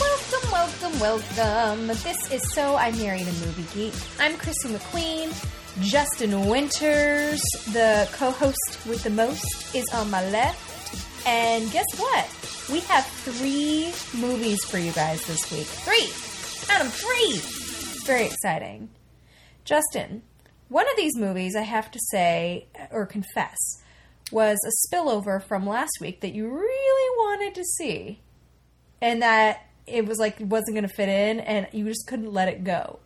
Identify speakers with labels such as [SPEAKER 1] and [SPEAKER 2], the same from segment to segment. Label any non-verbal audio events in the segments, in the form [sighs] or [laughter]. [SPEAKER 1] Welcome, welcome, welcome. This is So I Married a Movie Geek. I'm Chrissy McQueen. Justin Winters, the co host with the most, is on my left. And guess what? We have three movies for you guys this week. Three! Adam, three! Very exciting. Justin, one of these movies, I have to say, or confess, was a spillover from last week that you really wanted to see and that it was like it wasn't going to fit in and you just couldn't let it go.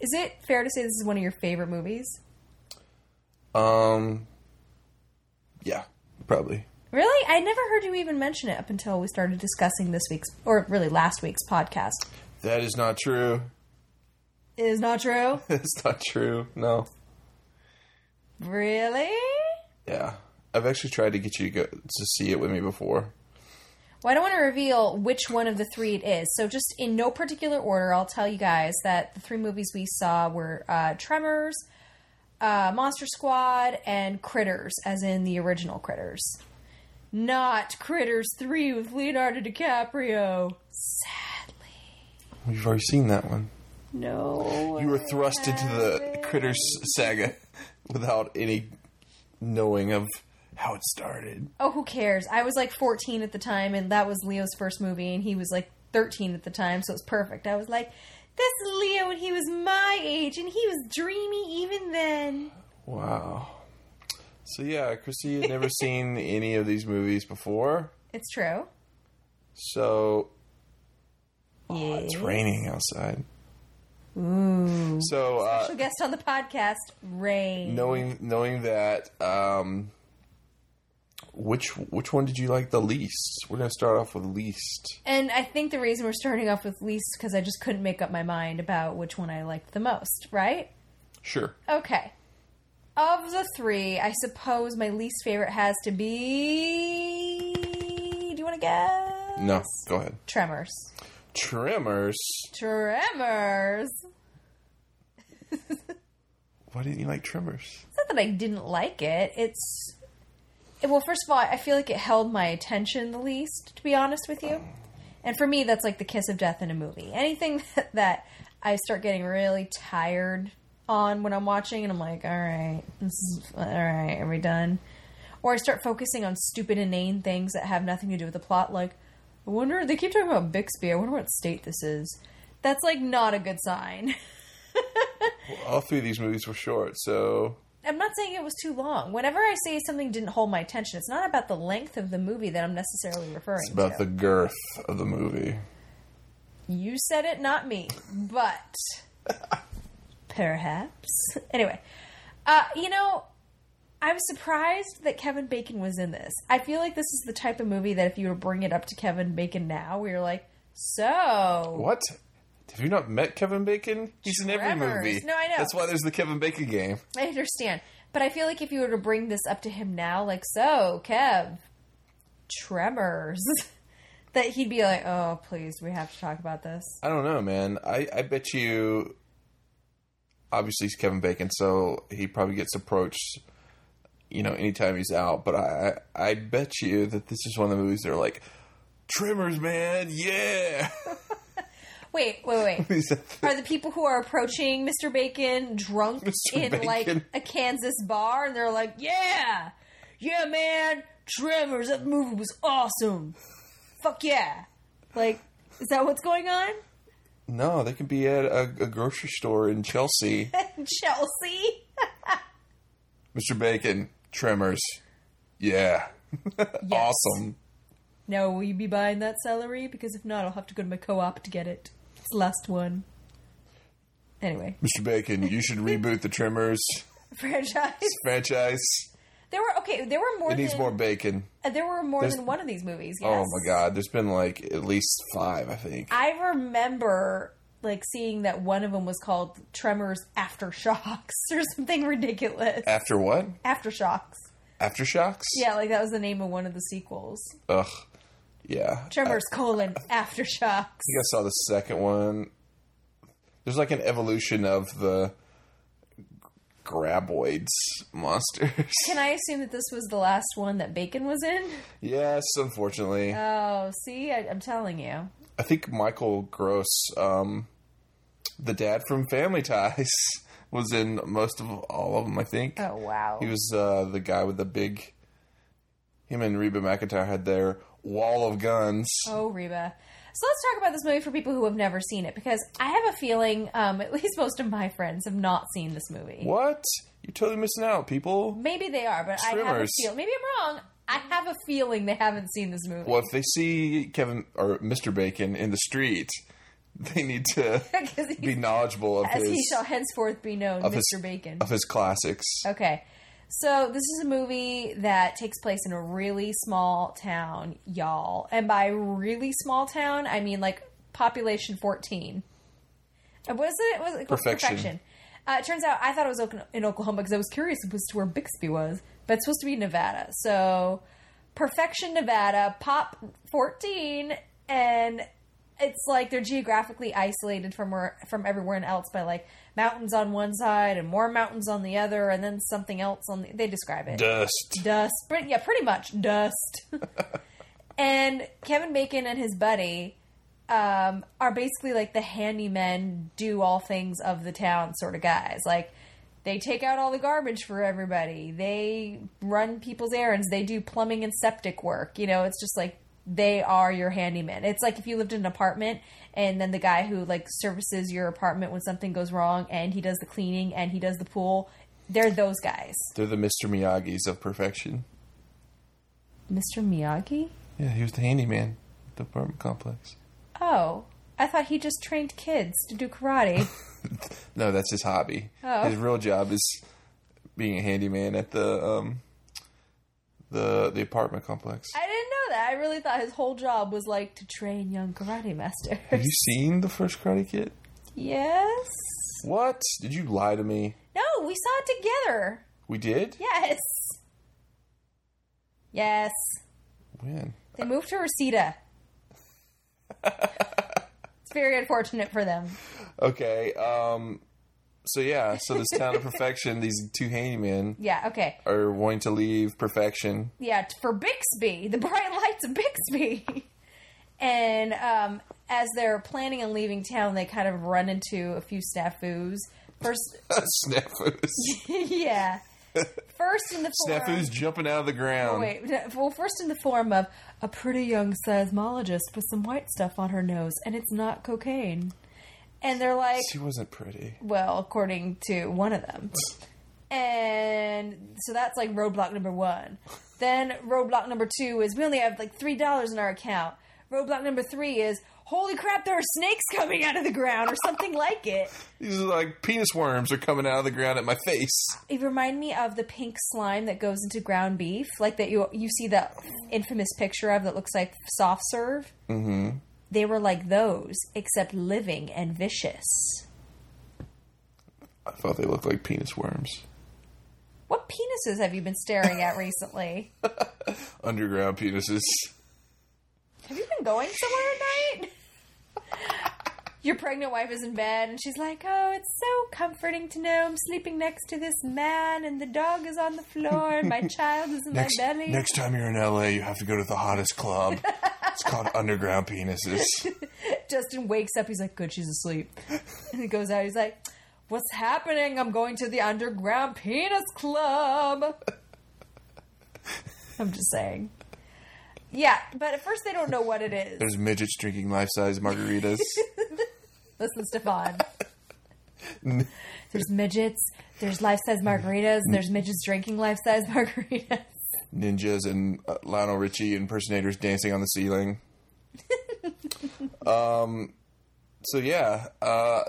[SPEAKER 1] Is it fair to say this is one of your favorite movies?
[SPEAKER 2] Um, yeah, probably.
[SPEAKER 1] Really? I never heard you even mention it up until we started discussing this week's or really last week's podcast.
[SPEAKER 2] That is not true. [laughs]
[SPEAKER 1] It is not [laughs] true.
[SPEAKER 2] It's not true. No.
[SPEAKER 1] really?
[SPEAKER 2] Yeah, I've actually tried to get you to, go, to see it with me before.
[SPEAKER 1] Well, I don't want to reveal which one of the three it is. So, just in no particular order, I'll tell you guys that the three movies we saw were uh, Tremors, uh, Monster Squad, and Critters, as in the original Critters. Not Critters 3 with Leonardo DiCaprio. Sadly.
[SPEAKER 2] We've already seen that one.
[SPEAKER 1] No.
[SPEAKER 2] You were thrust into the Critters saga [laughs] without any knowing of how it started.
[SPEAKER 1] Oh, who cares? I was like 14 at the time, and that was Leo's first movie, and he was like 13 at the time, so it's perfect. I was like, that's Leo, and he was my age, and he was dreamy even then.
[SPEAKER 2] Wow. So yeah, Chrissy had never seen any of these movies before.
[SPEAKER 1] It's true.
[SPEAKER 2] So Oh, it's raining outside. Ooh. So uh,
[SPEAKER 1] Special guest on the podcast, Ray.
[SPEAKER 2] knowing knowing that, um, which which one did you like the least? We're gonna start off with least.
[SPEAKER 1] And I think the reason we're starting off with least because I just couldn't make up my mind about which one I liked the most, right?
[SPEAKER 2] Sure.
[SPEAKER 1] Okay. Of the three, I suppose my least favorite has to be. Do you want to guess?
[SPEAKER 2] No, go ahead.
[SPEAKER 1] Tremors.
[SPEAKER 2] Tremors.
[SPEAKER 1] Tremors.
[SPEAKER 2] Why didn't you like Tremors?
[SPEAKER 1] It's not that I didn't like it. It's. it- well, first of all, I feel like it held my attention the least, to be honest with you. And for me, that's like the kiss of death in a movie. Anything [laughs] that, that I start getting really tired on when I'm watching, and I'm like, all right, this is, all right, are we done? Or I start focusing on stupid, inane things that have nothing to do with the plot, like, I wonder, they keep talking about Bixby, I wonder what state this is. That's like not a good sign. [laughs]
[SPEAKER 2] Well, all three of these movies were short, so
[SPEAKER 1] I'm not saying it was too long. Whenever I say something didn't hold my attention, it's not about the length of the movie that I'm necessarily referring
[SPEAKER 2] it's about
[SPEAKER 1] to.
[SPEAKER 2] the girth of the movie.
[SPEAKER 1] You said it, not me.
[SPEAKER 2] [laughs]
[SPEAKER 1] But perhaps. Anyway, uh, you know, I'm surprised that Kevin Bacon was in this. I feel like this is the type of movie that if you were to bring it up to Kevin Bacon now, we are like, so
[SPEAKER 2] What? Have you not met Kevin Bacon? He's in every
[SPEAKER 1] Tremors.
[SPEAKER 2] movie.
[SPEAKER 1] No, I know.
[SPEAKER 2] That's why there's the Kevin Bacon game.
[SPEAKER 1] I understand. But I feel like if you were to bring this up to him now, like, so, Kev, tremors, [laughs] that he'd be like, oh, please, we have to talk about this.
[SPEAKER 2] I don't know, man. I, I bet you. Obviously, he's Kevin Bacon, so he probably gets approached, you know, anytime he's out. But I, I bet you that this is one of the movies that are like, Trimmers, man, yeah. [laughs]
[SPEAKER 1] Wait, wait, wait.
[SPEAKER 2] He's at the-
[SPEAKER 1] Are the people who are approaching Mr. Bacon drunk
[SPEAKER 2] Mr.
[SPEAKER 1] in like
[SPEAKER 2] Bacon.
[SPEAKER 1] a Kansas bar and they're like, yeah, yeah, man, Tremors, that movie was awesome. Fuck yeah. Like, is that what's going on? [laughs]
[SPEAKER 2] no, they could be at a, a grocery store
[SPEAKER 1] [laughs]
[SPEAKER 2] in Chelsea.
[SPEAKER 1] Chelsea?
[SPEAKER 2] Mr. Bacon, Tremors, yeah,
[SPEAKER 1] [laughs] Yes.
[SPEAKER 2] awesome.
[SPEAKER 1] Now, will you be buying that celery? Because if not, I'll have to go to my co op to get it. It's the last one. Anyway, [laughs]
[SPEAKER 2] Mr. Bacon, you should reboot the Tremors
[SPEAKER 1] franchise.
[SPEAKER 2] franchise.
[SPEAKER 1] There were okay. There were more.
[SPEAKER 2] It needs
[SPEAKER 1] than,
[SPEAKER 2] more bacon.
[SPEAKER 1] uh, There were more
[SPEAKER 2] There's-
[SPEAKER 1] than one of these movies. Yes.
[SPEAKER 2] Oh my god, there's been like at least five, I think.
[SPEAKER 1] I remember like seeing that one of them was called Tremors Aftershocks [laughs] or something ridiculous.
[SPEAKER 2] After what?
[SPEAKER 1] Aftershocks.
[SPEAKER 2] Aftershocks?
[SPEAKER 1] Yeah, like that was the name of one of the sequels.
[SPEAKER 2] Ugh. Yeah.
[SPEAKER 1] Tremors colon Aftershocks.
[SPEAKER 2] I think I saw the second one. There's like an evolution of the Graboids monsters.
[SPEAKER 1] Can I assume that this was the last one that Bacon was in?
[SPEAKER 2] [laughs] yes, unfortunately.
[SPEAKER 1] Oh, see, I, I'm telling you.
[SPEAKER 2] I think Michael Gross, um, the dad from Family Ties, [laughs] was in most of all of them. I think.
[SPEAKER 1] Oh wow.
[SPEAKER 2] He was uh, the guy with the big. Him and Reba McIntyre had their wall of guns.
[SPEAKER 1] Oh, Reba. So let's talk about this movie for people who have never seen it because I have a feeling, um, at least most of my friends have not seen this movie.
[SPEAKER 2] What? You're totally missing out, people.
[SPEAKER 1] Maybe they are, but I have a
[SPEAKER 2] Tremors.
[SPEAKER 1] feel. Maybe I'm wrong. I have a feeling they haven't seen this movie.
[SPEAKER 2] Well, if they see Kevin or Mr. Bacon in the street, [laughs] they need to
[SPEAKER 1] [laughs] 'Cause he's-
[SPEAKER 2] be knowledgeable of
[SPEAKER 1] as
[SPEAKER 2] his
[SPEAKER 1] he shall henceforth be known,
[SPEAKER 2] of
[SPEAKER 1] Mr.
[SPEAKER 2] his-
[SPEAKER 1] Bacon.
[SPEAKER 2] of his classics.
[SPEAKER 1] Okay. So this is a movie that takes place in a really small town, y'all. And by really small town, I mean like population 14. Uh, Was it? Was it
[SPEAKER 2] Perfection.
[SPEAKER 1] Uh, it turns out I thought it was Oka- in Oklahoma because I was curious as to where Bixby was, but it's supposed to be Nevada. So Perfection, Nevada, Pop 14, and it's like they're geographically isolated from where, from everywhere else by like mountains on one side and more mountains on the other, and then something else on the. They describe it
[SPEAKER 2] Dust.
[SPEAKER 1] dust. Pretty, yeah, pretty much dust. and Kevin Bacon and his buddy um, are basically like the handymen, do all things of the town sort of guys. Like they take out all the garbage for everybody. They run people's errands. They do plumbing and septic work. You know, it's just like they are your handyman. It's like if you lived in an apartment and then the guy who like services your apartment when something goes wrong and he does the cleaning and he does the pool, they're those guys.
[SPEAKER 2] They're the Mr. Miyagi's of perfection.
[SPEAKER 1] Mr. Miyagi?
[SPEAKER 2] Yeah, he was the handyman at the apartment complex.
[SPEAKER 1] Oh, I thought he just trained kids to do karate.
[SPEAKER 2] No, that's his hobby.
[SPEAKER 1] Oh.
[SPEAKER 2] His real job is being a handyman at the um, the the apartment complex.
[SPEAKER 1] I didn't know that. I really thought his whole job was like to train young karate
[SPEAKER 2] Have
[SPEAKER 1] masters.
[SPEAKER 2] you seen the first Karate Kid?
[SPEAKER 1] [laughs] yes.
[SPEAKER 2] What? Did you lie to me?
[SPEAKER 1] No, we saw it together.
[SPEAKER 2] We did.
[SPEAKER 1] Yes. Yes.
[SPEAKER 2] When?
[SPEAKER 1] They moved to Reseda. it's very unfortunate for them.
[SPEAKER 2] Okay. Um. So yeah. So this
[SPEAKER 1] [laughs]
[SPEAKER 2] town of perfection. These two handymen
[SPEAKER 1] Yeah, okay.
[SPEAKER 2] are wanting to leave perfection. [laughs]
[SPEAKER 1] yeah, t- for Bixby, the bright [laughs] lights of Bixby. and um, as they're planning on leaving town, they kind of run into a few snafus. First, [laughs]
[SPEAKER 2] Snafus. [laughs]
[SPEAKER 1] yeah, first in the form.
[SPEAKER 2] Snafus jumping out of the ground.
[SPEAKER 1] Wait, no, well, first in the form of a pretty young seismologist with some white stuff on her nose, and it's not cocaine. And they're like,
[SPEAKER 2] She wasn't pretty.
[SPEAKER 1] well, according to one of them. And so that's like roadblock number one. Then roadblock number two is we only have like three dollars in our account. Roadblock number three is holy crap, there are snakes coming out of the ground or something like it.
[SPEAKER 2] These are like penis worms are coming out of the ground at my face.
[SPEAKER 1] It reminded me of the pink slime that goes into ground beef, like that you you see that infamous picture of that looks like soft serve. Mm-hmm. They were like those, except living and vicious.
[SPEAKER 2] I thought they looked like penis worms.
[SPEAKER 1] What penises have you been staring at recently?
[SPEAKER 2] Underground penises.
[SPEAKER 1] Have you been going somewhere at night? [laughs] Your pregnant wife is in bed and she's like, Oh, it's so comforting to know I'm sleeping next to this man and the dog is on the floor
[SPEAKER 2] [laughs]
[SPEAKER 1] and my child is in
[SPEAKER 2] Next,
[SPEAKER 1] my belly.
[SPEAKER 2] next time you're in LA, you have to go to the hottest club. it's
[SPEAKER 1] [laughs]
[SPEAKER 2] called Underground Penises.
[SPEAKER 1] Justin wakes up, he's like, Good, she's asleep. And he goes out, he's like, What's happening? I'm going to the underground penis club. [laughs] I'm just saying. Yeah, but at first they don't know what it is.
[SPEAKER 2] There's midgets drinking life
[SPEAKER 1] [laughs]
[SPEAKER 2] size margaritas.
[SPEAKER 1] Listen,
[SPEAKER 2] [laughs]
[SPEAKER 1] Stefan. there's midgets. There's life-size margaritas. There's midgets drinking life-size [laughs] margaritas.
[SPEAKER 2] ninjas and uh, Lionel Richie impersonators dancing on the ceiling.
[SPEAKER 1] [laughs]
[SPEAKER 2] um. So yeah, uh,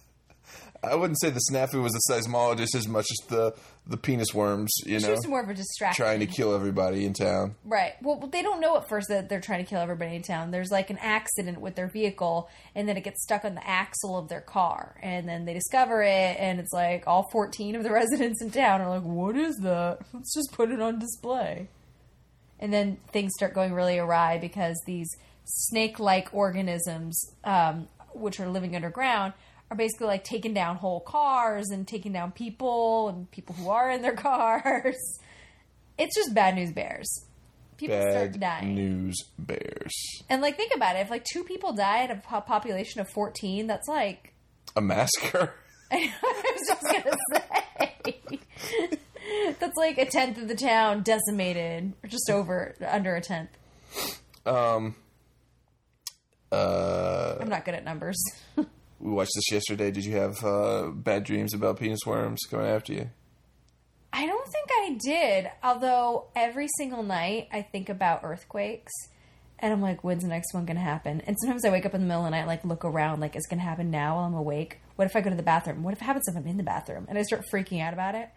[SPEAKER 2] [laughs] I wouldn't say the snafu was a seismologist as much as the the penis worms. You
[SPEAKER 1] She
[SPEAKER 2] know,
[SPEAKER 1] was more of a distraction.
[SPEAKER 2] trying to kill everybody in town.
[SPEAKER 1] Right. Well, they don't know at first that they're trying to kill everybody in town. There's like an accident with their vehicle, and then it gets stuck on the axle of their car, and then they discover it, and it's like all 14 of the [laughs] residents in town are like, "What is that? Let's just put it on display." And then things start going really awry because these snake-like organisms, um, which are living underground, are basically like taking down whole cars and taking down people and people who are in their [laughs] cars. It's just bad news bears people start
[SPEAKER 2] Bad
[SPEAKER 1] dying.
[SPEAKER 2] news bears.
[SPEAKER 1] And like, think about it. If like two people die out of a po- population of fourteen, that's like
[SPEAKER 2] A [laughs] massacre.
[SPEAKER 1] [laughs] I was just gonna say [laughs] that's like a tenth of the town decimated, or just over under a tenth.
[SPEAKER 2] Um,
[SPEAKER 1] I'm not good at numbers.
[SPEAKER 2] we watched this yesterday. Did you have uh, bad dreams about penis worms coming after you?
[SPEAKER 1] I don't think I did. Although every single night I think about earthquakes. And I'm like, when's the next one gonna happen? And sometimes I wake up in the middle of the night, like look around, like it's gonna happen now while I'm awake. What if I go to the bathroom? What if it happens if I'm in the bathroom? And I start freaking out about it.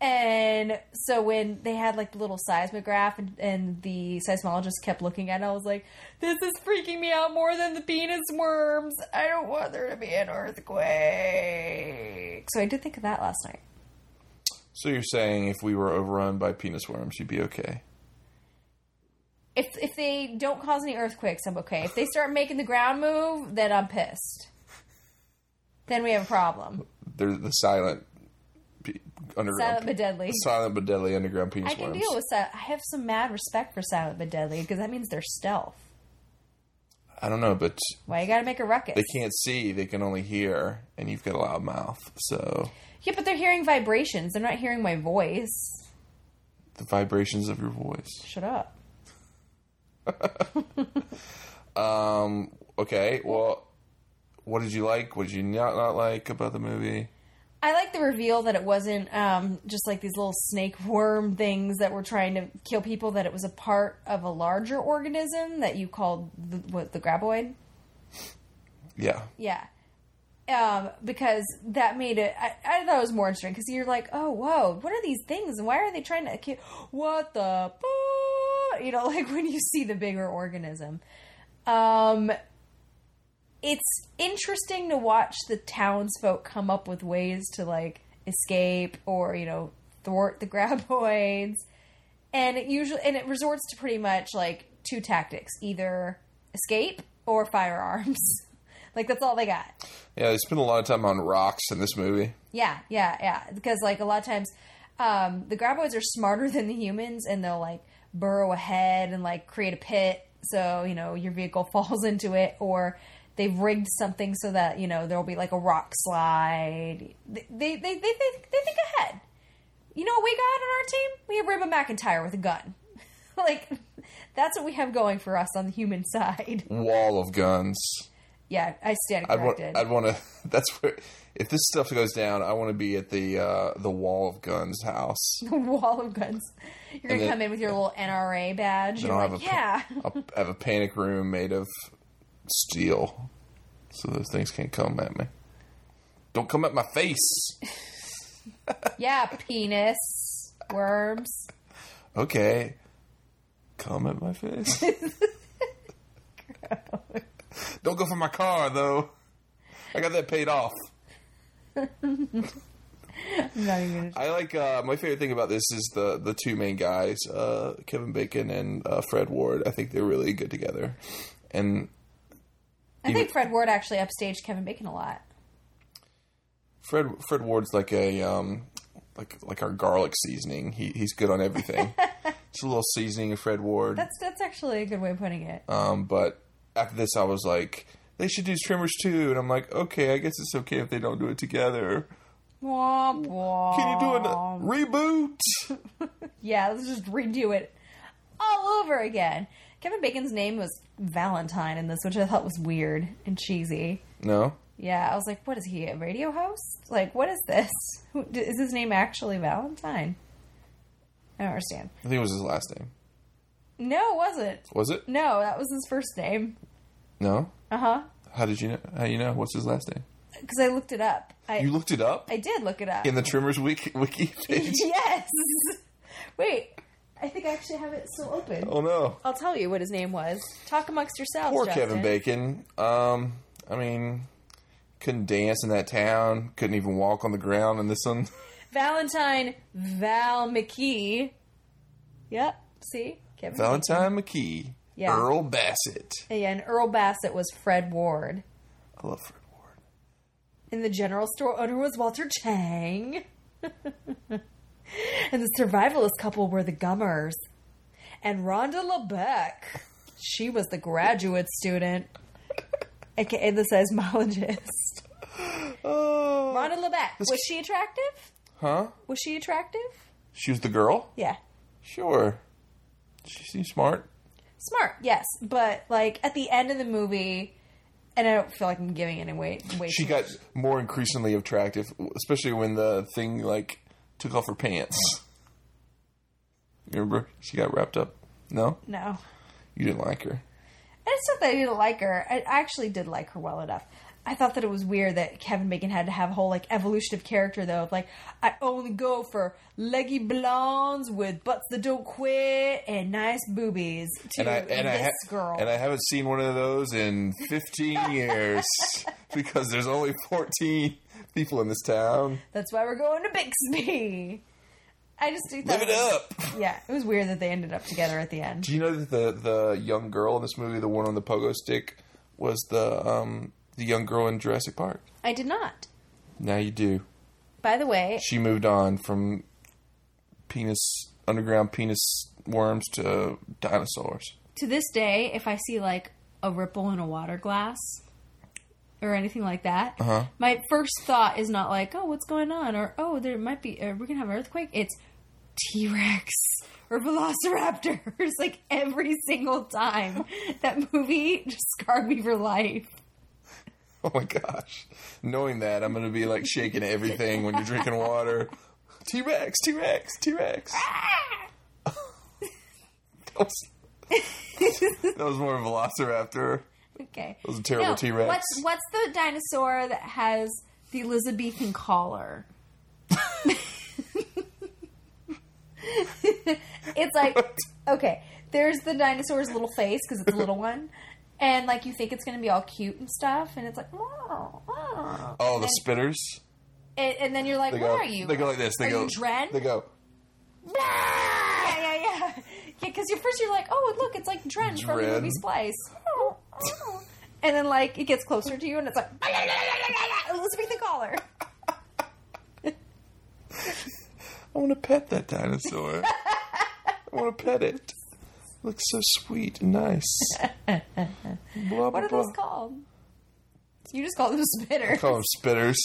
[SPEAKER 1] And so when they had like the little seismograph and, and the seismologist kept looking at it, I was like, this is freaking me out more than the penis worms. I don't want there to be an earthquake. So I did think of that last night.
[SPEAKER 2] So you're saying if we were overrun by penis worms, you'd be okay?
[SPEAKER 1] if if they don't cause any earthquakes, I'm okay. If they start making the ground move, then I'm pissed. Then we have a problem.
[SPEAKER 2] They're the silent pe- underground.
[SPEAKER 1] Silent but deadly.
[SPEAKER 2] Silent but deadly underground penis
[SPEAKER 1] I can
[SPEAKER 2] worms.
[SPEAKER 1] deal with that. I have some mad respect for silent but deadly because that means they're stealth.
[SPEAKER 2] I don't know, but
[SPEAKER 1] Why you gotta make a ruckus?
[SPEAKER 2] they can't see; they can only hear, and you've got a loud mouth. So
[SPEAKER 1] Yeah, but they're hearing vibrations. They're not hearing my voice.
[SPEAKER 2] the vibrations of your voice.
[SPEAKER 1] Shut up.
[SPEAKER 2] Um, Okay, well, what did you like? What did you not not like about the movie?
[SPEAKER 1] I like the reveal that it wasn't um, just like these little snake worm things that were trying to kill people. That it was a part of a larger organism that you called the, what the graboid.
[SPEAKER 2] Yeah,
[SPEAKER 1] Yeah. Um, because that made it, I, I thought it was more interesting because you're like, oh, whoa, what are these things? And why are they trying to, ki- what the, boo? you know, [laughs] like when you see the bigger organism. Um, it's interesting to watch the townsfolk come up with ways to like escape or, you know, thwart the [laughs] graboids. And it usually, and it resorts to pretty much like two tactics either escape or firearms. [laughs] Like that's all they got.
[SPEAKER 2] yeah. They spend a lot of time on rocks in this movie.
[SPEAKER 1] Yeah, yeah, yeah. Because like a lot of times, um, the graboids are smarter [laughs] than the humans, and they'll like burrow ahead and like create a pit so you know your vehicle [laughs] falls into it, or they've rigged something so that you know there'll be like a rock slide. They they they they, they, they think ahead. You know what we got on our team? We have Reba McIntyre with a gun. [laughs] like that's what we have going for us on the human [laughs] side.
[SPEAKER 2] Wall of guns.
[SPEAKER 1] Yeah, I stand
[SPEAKER 2] I'd want.
[SPEAKER 1] corrected.
[SPEAKER 2] I'd want to. [laughs] That's where. If this stuff goes down, I want to be at the uh, the wall of guns
[SPEAKER 1] [laughs]
[SPEAKER 2] house.
[SPEAKER 1] wall of guns. You're gonna
[SPEAKER 2] then-
[SPEAKER 1] come in with your little NRA badge.
[SPEAKER 2] Then
[SPEAKER 1] You're
[SPEAKER 2] I'll
[SPEAKER 1] like, yeah,
[SPEAKER 2] [laughs]
[SPEAKER 1] [laughs]
[SPEAKER 2] have a pa- I'll have a panic room made of steel, so those things can't come at me. Don't come at my
[SPEAKER 1] [laughs]
[SPEAKER 2] face.
[SPEAKER 1] yeah, penis worms.
[SPEAKER 2] Okay, come at
[SPEAKER 1] [laughs]
[SPEAKER 2] my face. Don't go for my car though. I got that paid off.
[SPEAKER 1] I'm not even gonna-
[SPEAKER 2] I like uh, my favorite thing about this is the the two main guys, uh, Kevin Bacon and uh, Fred Ward. I think they're really good together, and
[SPEAKER 1] I think Fred Ward actually upstaged Kevin Bacon a lot.
[SPEAKER 2] Fred Fred Ward's like a um like like our garlic seasoning. He he's good
[SPEAKER 1] [laughs]
[SPEAKER 2] on everything. it's a little seasoning of Fred Ward.
[SPEAKER 1] That's that's actually a good way of putting it.
[SPEAKER 2] um, but after this, I was like, they should do trimmers too, and I'm like, okay, I guess it's okay if they don't do it together.
[SPEAKER 1] Womp womp.
[SPEAKER 2] Can you do a reboot?
[SPEAKER 1] Yeah, let's just redo it all over again. Kevin Bacon's name was Valentine in this, which I thought was weird and cheesy.
[SPEAKER 2] No,
[SPEAKER 1] Yeah, I was like, what is he, a radio host? Like, what is this? Who- d- Is his name actually Valentine? I don't understand.
[SPEAKER 2] I think it was his last name.
[SPEAKER 1] No, it wasn't.
[SPEAKER 2] Was it?
[SPEAKER 1] No, that was his first name.
[SPEAKER 2] No.
[SPEAKER 1] Uh huh.
[SPEAKER 2] How did you know? How you know? What's his last name?
[SPEAKER 1] because I looked it up. I
[SPEAKER 2] You looked it up
[SPEAKER 1] I did look it up. [laughs]
[SPEAKER 2] in the Trimmers Wiki, [laughs] wiki page.
[SPEAKER 1] yes. Wait, I think I actually have it still open.
[SPEAKER 2] Oh no,
[SPEAKER 1] I'll tell you what his name was. Talk amongst yourselves.
[SPEAKER 2] poor
[SPEAKER 1] Justin.
[SPEAKER 2] Kevin Bacon. Um, I mean, couldn't dance in that town. Couldn't even walk on the ground in this one.
[SPEAKER 1] Valentine Val McKee. Yep. See Kevin.
[SPEAKER 2] [laughs] Valentine McKee,
[SPEAKER 1] Yeah.
[SPEAKER 2] Earl Bassett.
[SPEAKER 1] Yeah, and Earl Bassett was Fred Ward.
[SPEAKER 2] I love Fred Ward.
[SPEAKER 1] And the general store owner was Walter Chang. [laughs] and the survivalist couple were the Gummers. And Rhonda LeBeck. She was the graduate student, aka the
[SPEAKER 2] [laughs]
[SPEAKER 1] seismologist.
[SPEAKER 2] Oh,
[SPEAKER 1] Rhonda LeBeck. Was she attractive?
[SPEAKER 2] huh?
[SPEAKER 1] Was she attractive?
[SPEAKER 2] She was the girl.
[SPEAKER 1] Yeah.
[SPEAKER 2] Sure, she seems smart.
[SPEAKER 1] Smart, yes. But, like, at the end of the movie, and I don't feel like I'm giving any weight. weight
[SPEAKER 2] She
[SPEAKER 1] to
[SPEAKER 2] got more increasingly attractive, especially when the thing like took off her pants. You remember? She got wrapped up. No,
[SPEAKER 1] it. No.
[SPEAKER 2] you didn't like her.
[SPEAKER 1] And it's not that I didn't like her. I I actually did like her well enough. I thought that it was weird that Kevin Bacon had to have a whole like evolution of character though. Of, like I only go for leggy blondes with butts that don't quit and nice boobies to
[SPEAKER 2] and I and
[SPEAKER 1] this
[SPEAKER 2] I ha-
[SPEAKER 1] girl.
[SPEAKER 2] and I haven't seen one of those in
[SPEAKER 1] [laughs]
[SPEAKER 2] 15 years because there's only 14 people in this town.
[SPEAKER 1] That's why we're going to Bixby. I just do
[SPEAKER 2] Live it up.
[SPEAKER 1] Yeah, it was weird that they ended up together at the end.
[SPEAKER 2] Do you know that the the young girl in this movie, the one on the pogo stick, was the um the young girl in Jurassic Park?
[SPEAKER 1] I did not.
[SPEAKER 2] Now you do.
[SPEAKER 1] By the way,
[SPEAKER 2] She moved on from penis underground penis worms to dinosaurs.
[SPEAKER 1] to this day, if I see like a ripple in a water glass or anything like that, my first thought is not like, "Oh, what's going on?" or "Oh, there might be uh, we're gonna have an earthquake." It's T Rex [laughs] or Velociraptors. [laughs] like every single time, that movie just scarred me for life.
[SPEAKER 2] [laughs] Oh my gosh. Knowing that, I'm going to be like shaking everything when you're
[SPEAKER 1] [laughs]
[SPEAKER 2] drinking water. T Rex, T Rex, T Rex.
[SPEAKER 1] Ah!
[SPEAKER 2] [laughs] that, was, [laughs] that was more Velociraptor.
[SPEAKER 1] Okay,
[SPEAKER 2] was a terrible T-Rex.
[SPEAKER 1] What's what's the dinosaur that has the Elizabethan collar? it's like okay, there's the dinosaur's little face because it's a little one, and like you think it's gonna be all cute and stuff, and it's like, wow, wow.
[SPEAKER 2] Oh, the spitters.
[SPEAKER 1] And, and then you're like,
[SPEAKER 2] They
[SPEAKER 1] where
[SPEAKER 2] go,
[SPEAKER 1] are you?
[SPEAKER 2] They go like this. They
[SPEAKER 1] are
[SPEAKER 2] go.
[SPEAKER 1] you Dren?
[SPEAKER 2] They go.
[SPEAKER 1] yeah, yeah, yeah, yeah. Because you first you're like, oh, look, it's like Dren, from the
[SPEAKER 2] Dren.
[SPEAKER 1] movie Splice, and then like it gets closer to you, and it's like [laughs] Elizabethan collar.
[SPEAKER 2] I want to pet
[SPEAKER 1] [laughs]
[SPEAKER 2] that dinosaur. I want to pet it. Looks so sweet and nice.
[SPEAKER 1] [laughs]
[SPEAKER 2] Blah,
[SPEAKER 1] What are
[SPEAKER 2] blah,
[SPEAKER 1] those
[SPEAKER 2] blah.
[SPEAKER 1] called? You just call them [laughs] spitter.
[SPEAKER 2] Call them
[SPEAKER 1] [laughs]
[SPEAKER 2] spitters.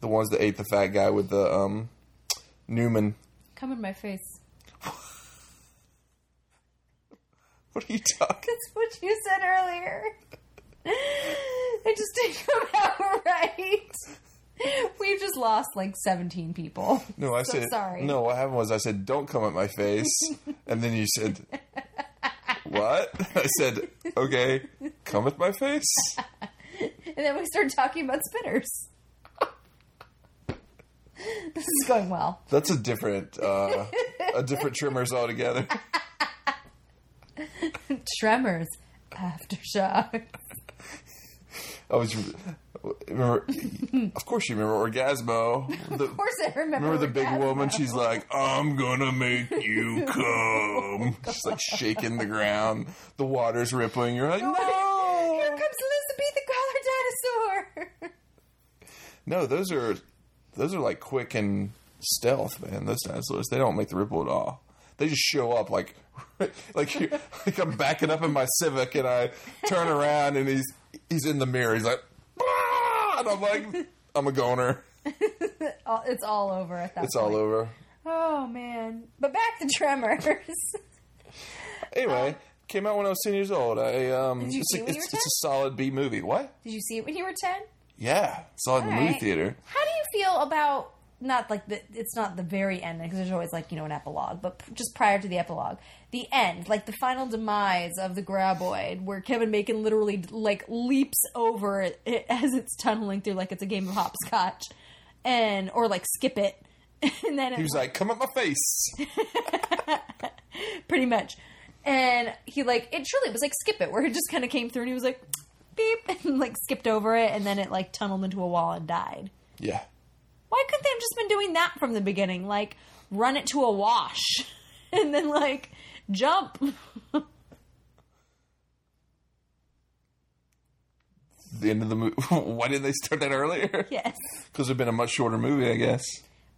[SPEAKER 2] the ones that ate the fat guy with the um, Newman.
[SPEAKER 1] Come in my face.
[SPEAKER 2] What are you talking?
[SPEAKER 1] That's what you said earlier. [laughs] It just didn't come [laughs] out right. We've just lost like 17 people.
[SPEAKER 2] No, I
[SPEAKER 1] So
[SPEAKER 2] said
[SPEAKER 1] sorry.
[SPEAKER 2] No, what happened was I said, "Don't come at my
[SPEAKER 1] [laughs]
[SPEAKER 2] face," and then you said, "What?" I said, "Okay, come at my face."
[SPEAKER 1] And then we started talking about spitters. [laughs] this is going well.
[SPEAKER 2] That's a different, uh, a different trimmers altogether.
[SPEAKER 1] Tremors. Aftershock.
[SPEAKER 2] I was remember, of course, you remember Orgasmo. The,
[SPEAKER 1] Of course I remember.
[SPEAKER 2] remember the big
[SPEAKER 1] Orgasmo.
[SPEAKER 2] woman? She's like, "I'm gonna make you come." She's like shaking the ground. The water's rippling. You're like, "No!"
[SPEAKER 1] Here comes Elizabeth the collar dinosaur. [laughs]
[SPEAKER 2] No, those are those are like quick and stealth, man. Those dinosaurs, they don't make the ripple at all. They just show up like [laughs] like, you, like I'm backing up in my Civic and I turn around and he's he's in the mirror. He's like, "Ah!" and I'm like, I'm a goner.
[SPEAKER 1] All- it's all over at that
[SPEAKER 2] It's all
[SPEAKER 1] point.
[SPEAKER 2] over.
[SPEAKER 1] Oh man! But back to Tremors. [laughs]
[SPEAKER 2] Anyway, came out when I was 10 years old. I um,
[SPEAKER 1] you
[SPEAKER 2] it's,
[SPEAKER 1] see it
[SPEAKER 2] a,
[SPEAKER 1] when you
[SPEAKER 2] it's,
[SPEAKER 1] were
[SPEAKER 2] it's a solid B movie. What?
[SPEAKER 1] Did you see it when you were ten?
[SPEAKER 2] Yeah, saw it in the movie
[SPEAKER 1] Alright.
[SPEAKER 2] theater.
[SPEAKER 1] How do you feel about not like the it's not the very end because there's always like you know an epilogue, but p- just prior to the epilogue, the end, like the final demise of the graboid, where Kevin Bacon literally like leaps over it it [laughs] as it's tunneling through like it's a game of hopscotch, and or like skip it, [laughs] and then it,
[SPEAKER 2] He was like, "Come at my face."
[SPEAKER 1] pretty much, and he like it truly was like skip it where it just kind of came through and he was like beep [laughs] and like skipped over it and then it like tunneled into a wall and died.
[SPEAKER 2] Yeah,
[SPEAKER 1] why couldn't they have just been doing that from the beginning? Like, run it to a wash [laughs] and then, like, jump. [laughs]
[SPEAKER 2] the end of the movie. [laughs] Why didn't they start that earlier? [laughs]
[SPEAKER 1] yes.
[SPEAKER 2] because it'd been a much shorter movie, I guess.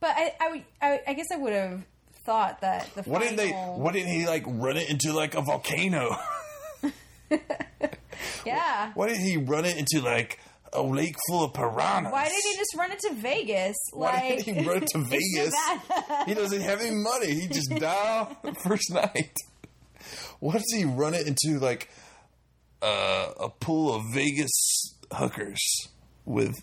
[SPEAKER 1] But I, I, would- I, I guess I would have thought that the
[SPEAKER 2] Why
[SPEAKER 1] final.
[SPEAKER 2] didn't they? Why didn't he like run it into like a volcano? [laughs]
[SPEAKER 1] yeah.
[SPEAKER 2] Why didn't he run it into like a lake full of piranhas?
[SPEAKER 1] Why did he just run it to Vegas?
[SPEAKER 2] Why
[SPEAKER 1] like,
[SPEAKER 2] did he
[SPEAKER 1] [laughs]
[SPEAKER 2] run it to Vegas? he doesn't have any money. He just died the first night. Why does he run it into like uh, a pool of Vegas hookers with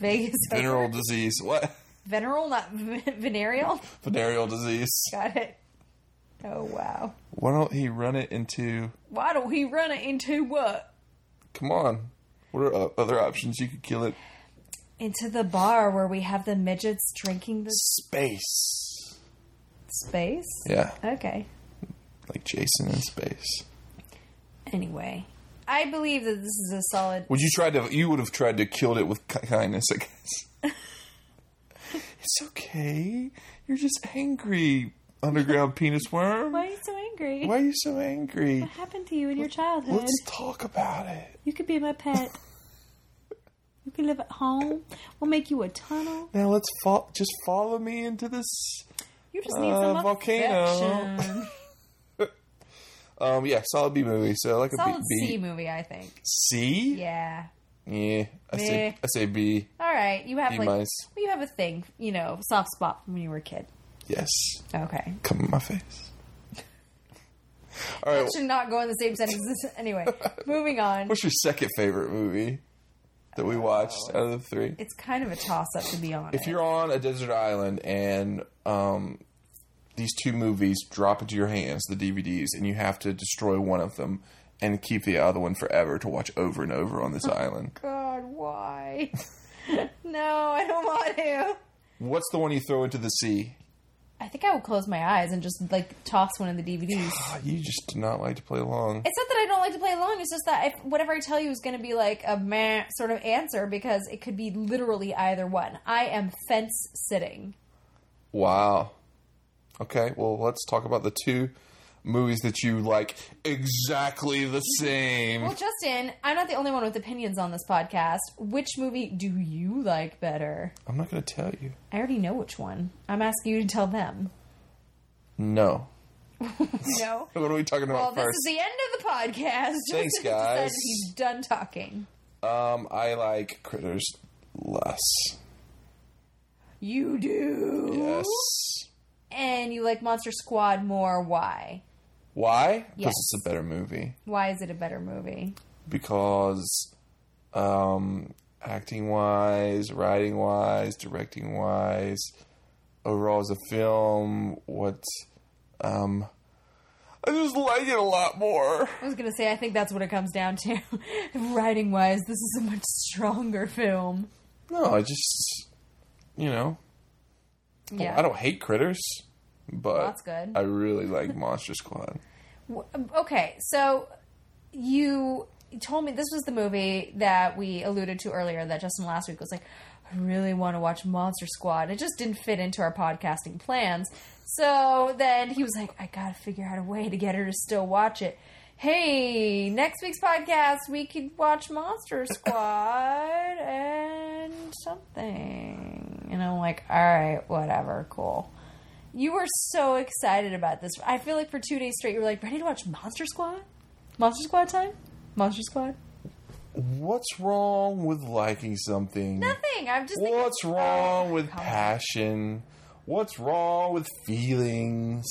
[SPEAKER 1] Vegas.
[SPEAKER 2] venereal disease? What
[SPEAKER 1] Veneral, not [laughs] v- venereal.
[SPEAKER 2] venereal disease?
[SPEAKER 1] Got it. Oh, wow.
[SPEAKER 2] Why don't he run it into?
[SPEAKER 1] Why don't he run it into what?
[SPEAKER 2] Come on, what are uh, other options? You could kill it.
[SPEAKER 1] Into the bar where we have the midgets drinking the
[SPEAKER 2] Space.
[SPEAKER 1] space?
[SPEAKER 2] Yeah,
[SPEAKER 1] Okay.
[SPEAKER 2] like Jason in space.
[SPEAKER 1] Anyway, I believe that this is a solid.
[SPEAKER 2] Would you try to? You would have tried to killed it with ki- kindness,
[SPEAKER 1] [laughs]
[SPEAKER 2] I guess. it's okay. You're just angry,
[SPEAKER 1] [laughs]
[SPEAKER 2] underground penis worm.
[SPEAKER 1] Why are you so angry?
[SPEAKER 2] Why are you so
[SPEAKER 1] [laughs]
[SPEAKER 2] angry?
[SPEAKER 1] What happened to you in your childhood?
[SPEAKER 2] Let's talk about it.
[SPEAKER 1] You could be my
[SPEAKER 2] [laughs]
[SPEAKER 1] pet. you can live at home. We'll make you a tunnel.
[SPEAKER 2] Now let's fo- just follow me into this.
[SPEAKER 1] You just need some
[SPEAKER 2] Uh, volcano.
[SPEAKER 1] affection.
[SPEAKER 2] Um, yeah, solid B movie. So like
[SPEAKER 1] [laughs]
[SPEAKER 2] a
[SPEAKER 1] Solid
[SPEAKER 2] B.
[SPEAKER 1] C movie, I think.
[SPEAKER 2] C?
[SPEAKER 1] Yeah.
[SPEAKER 2] Yeah, I say
[SPEAKER 1] Meh.
[SPEAKER 2] I say B.
[SPEAKER 1] All right. You have
[SPEAKER 2] B
[SPEAKER 1] like
[SPEAKER 2] minus.
[SPEAKER 1] well, you have a thing, you know, soft spot from when you were a kid.
[SPEAKER 2] Yes,
[SPEAKER 1] Okay.
[SPEAKER 2] come in my face. [laughs] All right,
[SPEAKER 1] Should not go in the same sentence.
[SPEAKER 2] [laughs]
[SPEAKER 1] anyway, moving on.
[SPEAKER 2] what's your second favorite movie that
[SPEAKER 1] Uh,
[SPEAKER 2] we watched out of the three?
[SPEAKER 1] It's kind of a toss up to be honest.
[SPEAKER 2] if you're on a desert island and um, these two movies drop into your hands, the DVDs, and you have to destroy one of them and keep the other one forever to watch over and over on this island,
[SPEAKER 1] God,
[SPEAKER 2] [laughs]
[SPEAKER 1] why? [laughs] no, I don't want to.
[SPEAKER 2] what's the one you throw into the sea?
[SPEAKER 1] I think I would close my eyes and just like toss one of the DVDs.
[SPEAKER 2] Ah, you just do not like to play along.
[SPEAKER 1] It's not that I don't like to play along. It's just that if whatever I tell you is going to be like a meh sort of answer because it could be literally either one. I am fence sitting.
[SPEAKER 2] Wow. Okay, well, let's talk about the two movies that you like exactly the same.
[SPEAKER 1] Well, Justin, I'm not the only one with opinions on this podcast. Which movie do you like better?
[SPEAKER 2] I'm not going to tell you.
[SPEAKER 1] I already know which one. I'm asking you to tell them.
[SPEAKER 2] No.
[SPEAKER 1] [laughs] No.
[SPEAKER 2] What are we talking
[SPEAKER 1] Well,
[SPEAKER 2] about
[SPEAKER 1] this
[SPEAKER 2] first?
[SPEAKER 1] is the end of the podcast.
[SPEAKER 2] Thanks,
[SPEAKER 1] Justin decided
[SPEAKER 2] guys.
[SPEAKER 1] He's done talking.
[SPEAKER 2] um, I like Critters less.
[SPEAKER 1] You do.
[SPEAKER 2] Yes.
[SPEAKER 1] And you like Monster Squad more. Why?
[SPEAKER 2] Why?
[SPEAKER 1] Yes.
[SPEAKER 2] Because it's a better movie.
[SPEAKER 1] Why is it a better movie?
[SPEAKER 2] Because um, acting wise, writing wise, directing wise, overall as a film, what um, I just like it a lot more.
[SPEAKER 1] I was gonna say, I think that's what it comes down to. [laughs] Writing wise, this is a much stronger film.
[SPEAKER 2] No, I just you know
[SPEAKER 1] Yeah,
[SPEAKER 2] I don't hate critters, but
[SPEAKER 1] that's good.
[SPEAKER 2] I really like Monster Squad.
[SPEAKER 1] W- Okay, so you told me this was the movie that we alluded to earlier that Justin last week was like, I really want to watch Monster Squad. It just didn't fit into our podcasting plans. So then he was like, I gotta figure out a way to get her to still watch it. Hey, next week's podcast, we could watch Monster Squad and something. And I'm like, all right, whatever, cool. You were so excited about this. I feel like for two days straight, you were like, ready to watch Monster Squad? Monster Squad time? Monster Squad?
[SPEAKER 2] What's wrong with liking something?
[SPEAKER 1] Nothing. I'm just like,
[SPEAKER 2] What's wrong with
[SPEAKER 1] come on.
[SPEAKER 2] passion? What's wrong with feelings?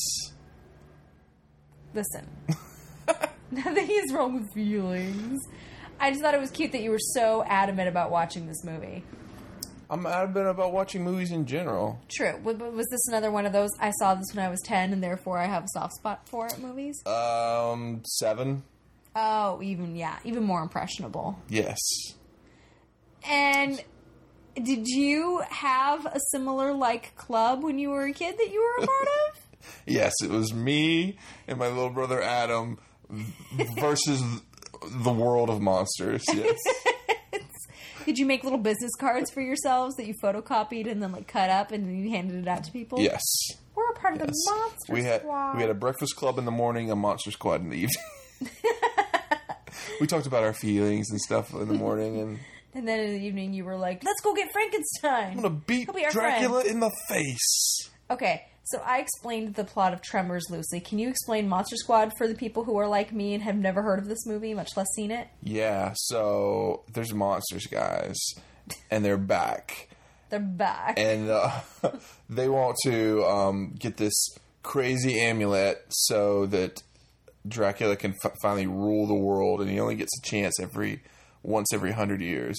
[SPEAKER 2] [laughs]
[SPEAKER 1] listen. Nothing is wrong with feelings. I just thought it was cute that you were so adamant about watching this movie.
[SPEAKER 2] I'm adamant about watching movies in general.
[SPEAKER 1] True. W- w- Was this another one of those? I saw this when I was 10, and therefore I have a soft spot for it movies?
[SPEAKER 2] Um, seven.
[SPEAKER 1] oh, even, yeah, even more impressionable.
[SPEAKER 2] Yes.
[SPEAKER 1] And did you have a similar, like, club when you were a kid that you were a
[SPEAKER 2] [laughs]
[SPEAKER 1] part of?
[SPEAKER 2] Yes, it was me and my little brother Adam versus the world of monsters.
[SPEAKER 1] [laughs]
[SPEAKER 2] Yes.
[SPEAKER 1] Did you make little business cards for yourselves that you photocopied and then, like, cut up and then you handed it out to people?
[SPEAKER 2] yes.
[SPEAKER 1] We're a part of
[SPEAKER 2] Yes.
[SPEAKER 1] the Monster
[SPEAKER 2] we had
[SPEAKER 1] Squad.
[SPEAKER 2] we had a breakfast club in the morning, a monster squad in the evening. [laughs]
[SPEAKER 1] [laughs]
[SPEAKER 2] we talked about our feelings and stuff in the morning
[SPEAKER 1] [laughs]
[SPEAKER 2] and
[SPEAKER 1] and then in the evening, you were like, let's go get Frankenstein.
[SPEAKER 2] I'm gonna beat
[SPEAKER 1] He'll be our
[SPEAKER 2] Dracula in the face.
[SPEAKER 1] Okay, so I explained the plot of Tremors loosely. Can you explain Monster Squad for the people who are like me and have never heard of this movie, much less seen it?
[SPEAKER 2] Yeah, so there's monsters, guys, and they're back,
[SPEAKER 1] They're back.
[SPEAKER 2] and uh, [laughs] they want to um, get this crazy amulet so that Dracula can f- finally rule the world, and he only gets a chance every once every hundred years.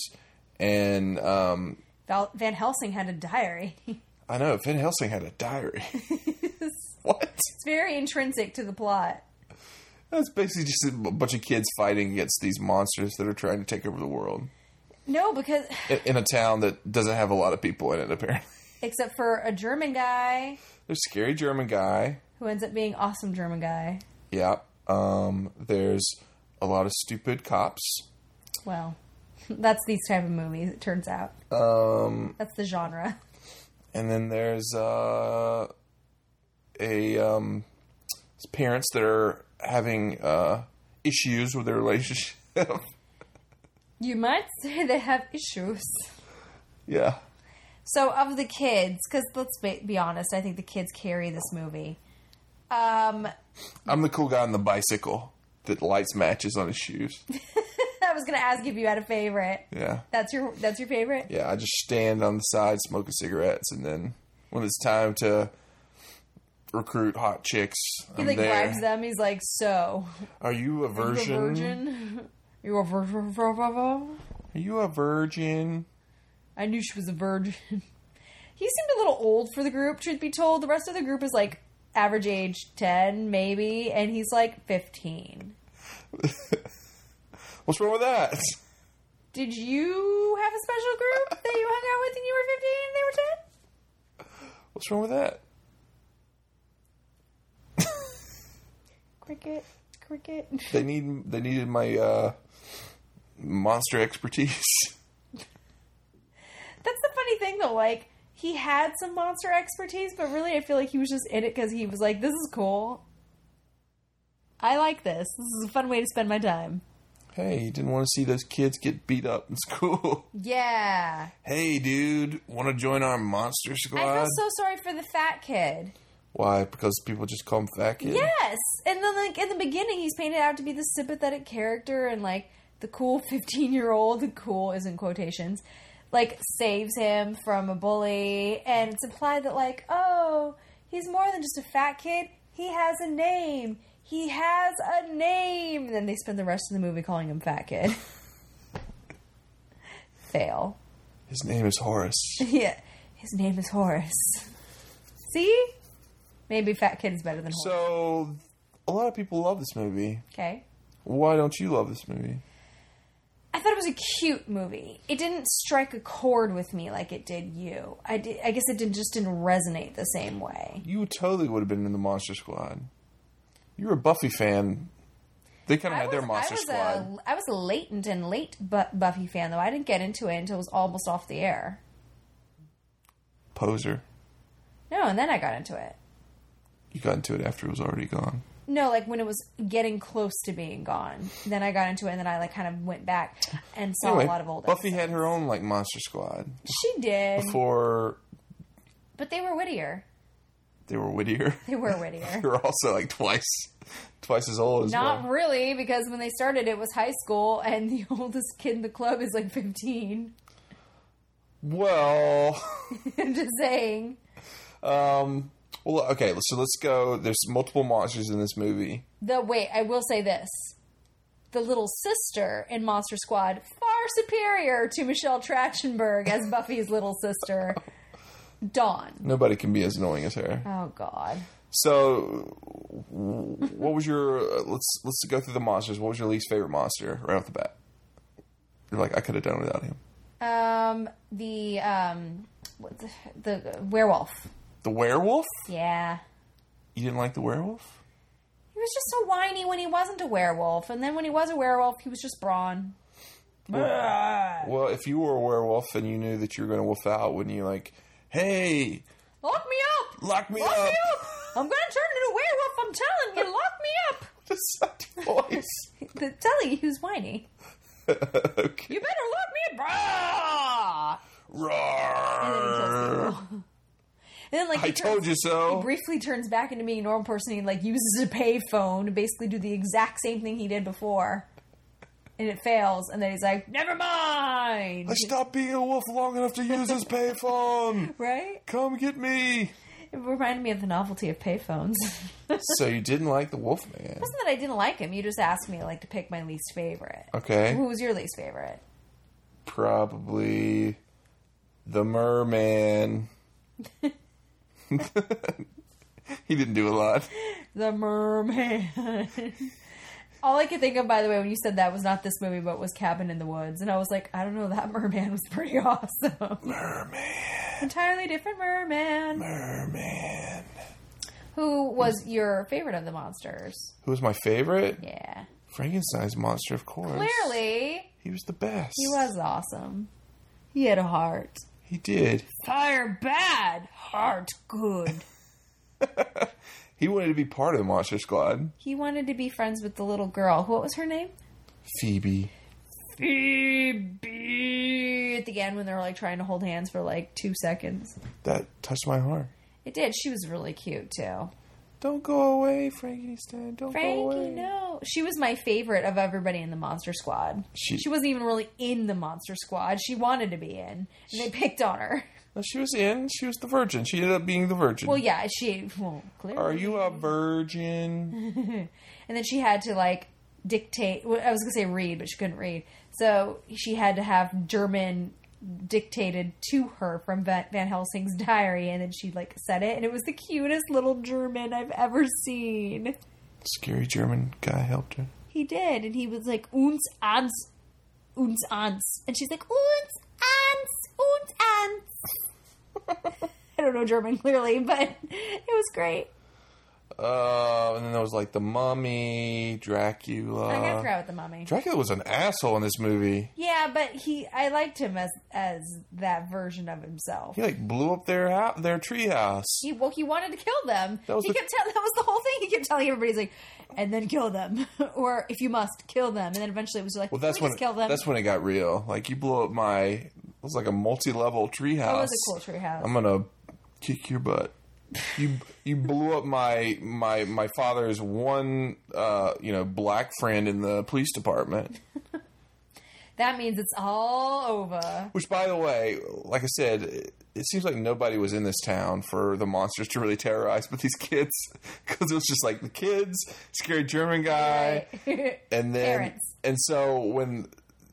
[SPEAKER 2] And um,
[SPEAKER 1] Val- Van Helsing had a diary. [laughs] it's
[SPEAKER 2] I know Van Helsing had a diary. [laughs] what?
[SPEAKER 1] very intrinsic to the plot.
[SPEAKER 2] That's basically just a b- bunch of kids fighting against these monsters that are trying to take over the world
[SPEAKER 1] No, because
[SPEAKER 2] in, in a town that doesn't have a lot of people in it. Apparently,
[SPEAKER 1] except for a German guy
[SPEAKER 2] there's a scary German guy.
[SPEAKER 1] who ends up being awesome German guy.
[SPEAKER 2] Yeah. Um, there's a lot of stupid cops.
[SPEAKER 1] Well, [laughs] that's these type of movies. It turns out. Um, that's the genre.
[SPEAKER 2] And then there's uh, a um, it's parents that are having uh, issues with their relationship. [laughs]
[SPEAKER 1] You might say they have issues.
[SPEAKER 2] yeah.
[SPEAKER 1] So of the kids, because let's be, be honest, I think the kids carry this movie. Um, [laughs]
[SPEAKER 2] I'm the cool guy on the bicycle that lights matches on his [laughs] shoes.
[SPEAKER 1] I was gonna ask if you had a favorite.
[SPEAKER 2] Yeah.
[SPEAKER 1] That's your that's your favorite.
[SPEAKER 2] Yeah, I just stand on the side smoking cigarettes and then when it's time to recruit hot chicks,
[SPEAKER 1] He
[SPEAKER 2] I'm
[SPEAKER 1] like
[SPEAKER 2] there.
[SPEAKER 1] bribes them. He's like, "So,
[SPEAKER 2] Are you a
[SPEAKER 1] you're a
[SPEAKER 2] virgin?
[SPEAKER 1] virgin? [laughs] You're a virgin? vir- vir- vir-
[SPEAKER 2] Are you a virgin?
[SPEAKER 1] I knew she was a virgin." [laughs] He seemed a little old for the group. Truth be told, the rest of the group is like average age ten, maybe, and he's like fifteen.
[SPEAKER 2] What's wrong with that? [laughs]
[SPEAKER 1] Did you have a special group that you hung out with and you were fifteen and they were ten?
[SPEAKER 2] What's wrong with that?
[SPEAKER 1] Cricket, cricket. [laughs]
[SPEAKER 2] They need they needed my uh, monster expertise. [laughs]
[SPEAKER 1] That's the funny thing though. Like he had some monster expertise, but really, I feel like he was just in it because he was like, "This is cool. I like this. This is a fun way to spend my time."
[SPEAKER 2] hey, you didn't want to see those kids get beat up in [laughs] school.
[SPEAKER 1] Yeah,
[SPEAKER 2] hey, dude, want to join our monster squad?
[SPEAKER 1] I feel so sorry for the fat kid.
[SPEAKER 2] Why? Because people just call him fat kid.
[SPEAKER 1] Yes, and then like in the beginning, he's painted out to be the sympathetic character and like the cool [laughs] fifteen-year-old. The cool is in quotations. Like saves him from a bully, and it's implied that like, oh, he's more than just a fat kid. He has a name. He has a name. And then they spend the rest of the movie calling him fat kid. [laughs] Fail.
[SPEAKER 2] His name is Horace.
[SPEAKER 1] Yeah, his name is Horace. See, maybe fat kid is better than Horace.
[SPEAKER 2] so, a lot of people love this movie.
[SPEAKER 1] okay.
[SPEAKER 2] Why don't you love this movie?
[SPEAKER 1] I thought it was a cute movie. It didn't strike a chord with me like it did you. I, di- I guess it did, just didn't resonate the same way.
[SPEAKER 2] You totally would have been in the Monster Squad. You were a Buffy fan. They kind of
[SPEAKER 1] I
[SPEAKER 2] had
[SPEAKER 1] was,
[SPEAKER 2] their
[SPEAKER 1] I
[SPEAKER 2] Monster
[SPEAKER 1] was
[SPEAKER 2] Squad.
[SPEAKER 1] A, I was a latent and late Bu- Buffy fan, though. I didn't get into it until it was almost off the air.
[SPEAKER 2] Poser.
[SPEAKER 1] No, and then I got into it.
[SPEAKER 2] You got into it after it was already gone.
[SPEAKER 1] No, like when it was getting close to being gone. Then I got into it, and then I like kind of went back and saw
[SPEAKER 2] anyway,
[SPEAKER 1] a lot of old.
[SPEAKER 2] Buffy
[SPEAKER 1] episodes. Mm-hmm.
[SPEAKER 2] had her own like Monster Squad
[SPEAKER 1] She did,
[SPEAKER 2] before
[SPEAKER 1] but they were wittier.
[SPEAKER 2] they were wittier. [laughs]
[SPEAKER 1] They were wittier.
[SPEAKER 2] they were also like twice, twice as old as
[SPEAKER 1] Not
[SPEAKER 2] well.
[SPEAKER 1] really, because when they started, it was high school, and the [laughs] oldest kid in the club is like 15.
[SPEAKER 2] Well,
[SPEAKER 1] I'm just saying.
[SPEAKER 2] um, well, okay. So let's go. There's multiple monsters in this movie.
[SPEAKER 1] The wait, I will say this: the little sister in Monster Squad far superior to Michelle Trachtenberg [laughs] as Buffy's little sister, Dawn.
[SPEAKER 2] Nobody can be as annoying as her.
[SPEAKER 1] Oh God.
[SPEAKER 2] So, w- what was your uh, let's let's go through the monsters. What was your least favorite monster right off the bat? You're like I could have done without him.
[SPEAKER 1] Um, the um, what the, the werewolf.
[SPEAKER 2] The werewolf?
[SPEAKER 1] Yeah.
[SPEAKER 2] You didn't like the werewolf?
[SPEAKER 1] He was just so whiny when he wasn't a werewolf, and then when he was a werewolf, he was just brawn.
[SPEAKER 2] Well, if you were a werewolf and you knew that you were going to wolf out, wouldn't you like, hey,
[SPEAKER 1] Lock me up!
[SPEAKER 2] lock me
[SPEAKER 1] Lock
[SPEAKER 2] up?
[SPEAKER 1] me up! I'm gonna turn into a werewolf, I'm telling you, lock me up!
[SPEAKER 2] [laughs] Just such a voice. [laughs]
[SPEAKER 1] The [laughs] telling you who's whiny.
[SPEAKER 2] okay.
[SPEAKER 1] You better lock me up! Brah!
[SPEAKER 2] Roar.
[SPEAKER 1] And then, like, he
[SPEAKER 2] I told
[SPEAKER 1] turns-
[SPEAKER 2] you so.
[SPEAKER 1] He briefly turns back into being a normal person. He like uses a payphone to basically do the exact same thing he did before, and it fails. And then he's like, "Never mind,"
[SPEAKER 2] I stopped being a wolf long enough to use this payphone.
[SPEAKER 1] right?
[SPEAKER 2] Come get me.
[SPEAKER 1] It reminded me of the novelty of payphones. [laughs] Wasn't
[SPEAKER 2] So you didn't like the wolf man.
[SPEAKER 1] that I didn't like him? You just asked me like to pick my least favorite. Who
[SPEAKER 2] Okay.
[SPEAKER 1] was your least favorite?
[SPEAKER 2] Probably the
[SPEAKER 1] [laughs]
[SPEAKER 2] merman. [laughs] he didn't do a lot.
[SPEAKER 1] The Merman. All I could think of, by the way, when you said that was not this movie, but was Cabin in the Woods, and I was like, I don't know, that [laughs] Merman was pretty awesome.
[SPEAKER 2] Merman.
[SPEAKER 1] Entirely different Merman.
[SPEAKER 2] Merman.
[SPEAKER 1] Who was your favorite of the monsters?
[SPEAKER 2] Who was my favorite?
[SPEAKER 1] Yeah.
[SPEAKER 2] Frankenstein's monster, of course.
[SPEAKER 1] Clearly,
[SPEAKER 2] He was the best.
[SPEAKER 1] he was awesome. He had a heart.
[SPEAKER 2] He did.
[SPEAKER 1] Fire bad, heart good.
[SPEAKER 2] He wanted to be part of the Monster Squad.
[SPEAKER 1] He wanted to be friends with the little girl. What was her name?
[SPEAKER 2] Phoebe.
[SPEAKER 1] Phoebe. At the end, when they were like trying to hold hands for like two seconds,
[SPEAKER 2] That touched my heart.
[SPEAKER 1] it did. She was really cute too.
[SPEAKER 2] Don't go away, Frankenstein. Don't go away.
[SPEAKER 1] Frankie, no, she was my favorite of everybody in the Monster Squad.
[SPEAKER 2] She-
[SPEAKER 1] she wasn't even really in the Monster Squad. She wanted to be in, and they picked on her. [laughs]
[SPEAKER 2] No, She was in. She was the virgin. She ended up being the virgin.
[SPEAKER 1] Well, yeah, she well clearly.
[SPEAKER 2] Are you a
[SPEAKER 1] Mm-hmm.
[SPEAKER 2] virgin?
[SPEAKER 1] And then she had to like dictate. well, I was gonna say read, but she couldn't read, so she had to have German dictated to her from Van Van Helsing's [laughs] diary, and then she like said it, and it was the cutest little German I've ever seen.
[SPEAKER 2] Scary German guy helped her.
[SPEAKER 1] He did, and he was like uns ans, uns ans, and she's like uns ans, uns ans. [laughs] I don't know German clearly, but [laughs] it was great.
[SPEAKER 2] Uh, and then there was like the mummy, Dracula.
[SPEAKER 1] I gotta throw out the mummy.
[SPEAKER 2] Dracula was an asshole in this movie.
[SPEAKER 1] Yeah, but he I liked him as as that version of himself.
[SPEAKER 2] He like blew up their house, their treehouse.
[SPEAKER 1] He well he wanted to kill them.
[SPEAKER 2] That was
[SPEAKER 1] he
[SPEAKER 2] the-
[SPEAKER 1] kept tell- that was the whole thing. He kept telling everybody he's like, and then kill them, [laughs] or if you must, kill them. And then eventually it was like,
[SPEAKER 2] Well, that's
[SPEAKER 1] "Can we
[SPEAKER 2] when
[SPEAKER 1] just kill them.
[SPEAKER 2] that's when it got real. Like you blew up my. It was like a multi-level treehouse.
[SPEAKER 1] it was a cool tree house.
[SPEAKER 2] I'm gonna kick your butt. You you blew up my my my father's one uh, you know black friend in the police department.
[SPEAKER 1] that means it's all over.
[SPEAKER 2] Which, by the way, like I said, it, it seems like nobody was in this town for the monsters to really terrorize, but these kids [laughs] because it was just like the kids, scary German guy, and then
[SPEAKER 1] Parents.
[SPEAKER 2] and so when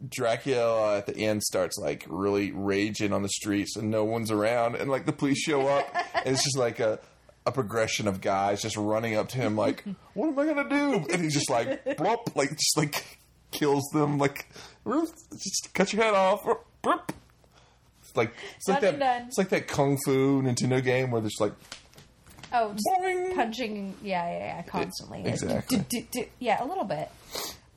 [SPEAKER 2] Dracula at the end starts like really raging on the streets and no one's around and like the police
[SPEAKER 1] [laughs]
[SPEAKER 2] show up and it's just like a a progression of guys just running up to him like
[SPEAKER 1] [laughs]
[SPEAKER 2] what am I gonna do and he's just like blop like just like kills them like just cut your head off Brrp. It's like it's
[SPEAKER 1] Done
[SPEAKER 2] like that
[SPEAKER 1] and done.
[SPEAKER 2] it's like that kung fu Nintendo game where there's like
[SPEAKER 1] oh, just
[SPEAKER 2] boing. E-,
[SPEAKER 1] punching. Yeah, yeah, yeah, constantly. Like,
[SPEAKER 2] Exactly.
[SPEAKER 1] do, do, do- yeah, a little bit.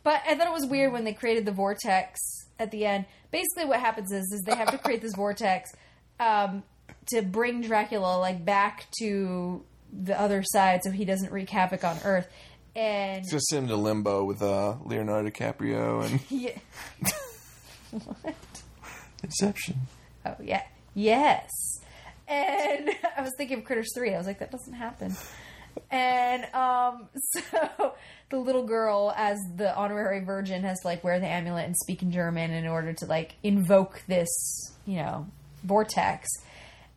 [SPEAKER 1] But I thought it was weird when they created the vortex at the end. Basically, what happens is is they have to create this vortex um, to bring Dracula like back to the other side, so he doesn't wreak havoc on Earth. And
[SPEAKER 2] just send him to limbo with uh, Leonardo
[SPEAKER 1] [laughs]
[SPEAKER 2] DiCaprio and
[SPEAKER 1] yeah,
[SPEAKER 2] Inception.
[SPEAKER 1] oh yeah, yes. And [laughs] I was thinking of Critters Three. I was like, that doesn't happen. And um, [laughs] so the little girl, as the honorary virgin, has to like wear the amulet and speak in German in order to like invoke this, you know, vortex.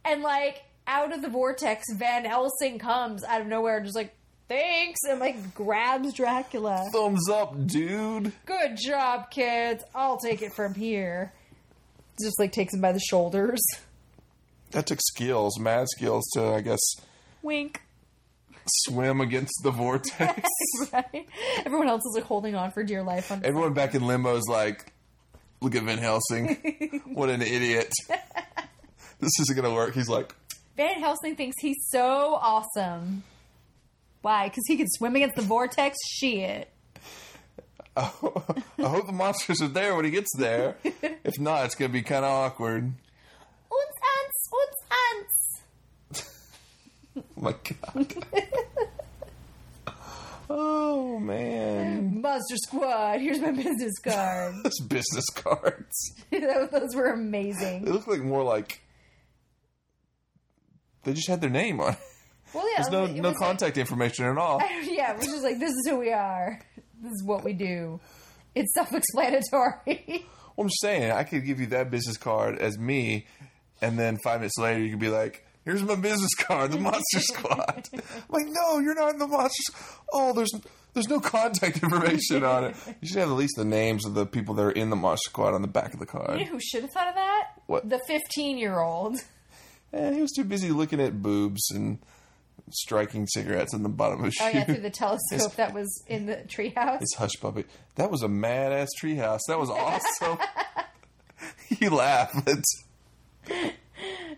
[SPEAKER 1] And like out of the vortex, Van Helsing comes out of nowhere, and just like thanks, and like grabs Dracula.
[SPEAKER 2] Thumbs up, dude.
[SPEAKER 1] Good job, kids. I'll take it from here. Just like takes him by the shoulders. [laughs]
[SPEAKER 2] That took skills, mad skills to, I guess,
[SPEAKER 1] Wink.
[SPEAKER 2] swim against
[SPEAKER 1] [laughs]
[SPEAKER 2] the vortex.
[SPEAKER 1] Right? Everyone else is like holding on for dear life. On-
[SPEAKER 2] Everyone back in limbo is like, look at Van Helsing. what an idiot. this isn't going to work. He's like,
[SPEAKER 1] Van Helsing thinks he's so awesome. Why? Because he can swim against the vortex? Shit.
[SPEAKER 2] I hope the monsters are there when he gets there. if not, it's going to be kind of awkward.
[SPEAKER 1] Uns, uns, uns, uns.
[SPEAKER 2] Oh my God. [laughs] oh, man.
[SPEAKER 1] Monster Squad, here's my business
[SPEAKER 2] [laughs]
[SPEAKER 1] card. [laughs]
[SPEAKER 2] Those business cards.
[SPEAKER 1] Those were amazing.
[SPEAKER 2] They look like more like. They just had their name on it.
[SPEAKER 1] Well, yeah,
[SPEAKER 2] There's no,
[SPEAKER 1] it
[SPEAKER 2] no
[SPEAKER 1] was like-
[SPEAKER 2] contact information at all.
[SPEAKER 1] [laughs] yeah, which is like, this is who we are. This is what we do. It's self-explanatory. [laughs]
[SPEAKER 2] Well, I'm just saying, I could give you that business card as me, and then five minutes later, you could be like, "Here's my business card, the
[SPEAKER 1] [laughs]
[SPEAKER 2] Monster Squad." I'm like, no, you're not in the Monster. Squ- Oh, there's there's no contact information
[SPEAKER 1] [laughs]
[SPEAKER 2] on it. You should have at least the names of the people that are in the Monster Squad on the back of the
[SPEAKER 1] you know
[SPEAKER 2] card.
[SPEAKER 1] who should have thought of that?
[SPEAKER 2] What?
[SPEAKER 1] The 15-year-old.
[SPEAKER 2] Eh, he was too busy looking at boobs and striking cigarettes in the bottom of his shoe.
[SPEAKER 1] Oh yeah, through the telescope that was in the treehouse.
[SPEAKER 2] [laughs] It's Hush Puppy. That was a mad ass treehouse.
[SPEAKER 1] [laughs]
[SPEAKER 2] That was awesome. [laughs] you laugh. It's,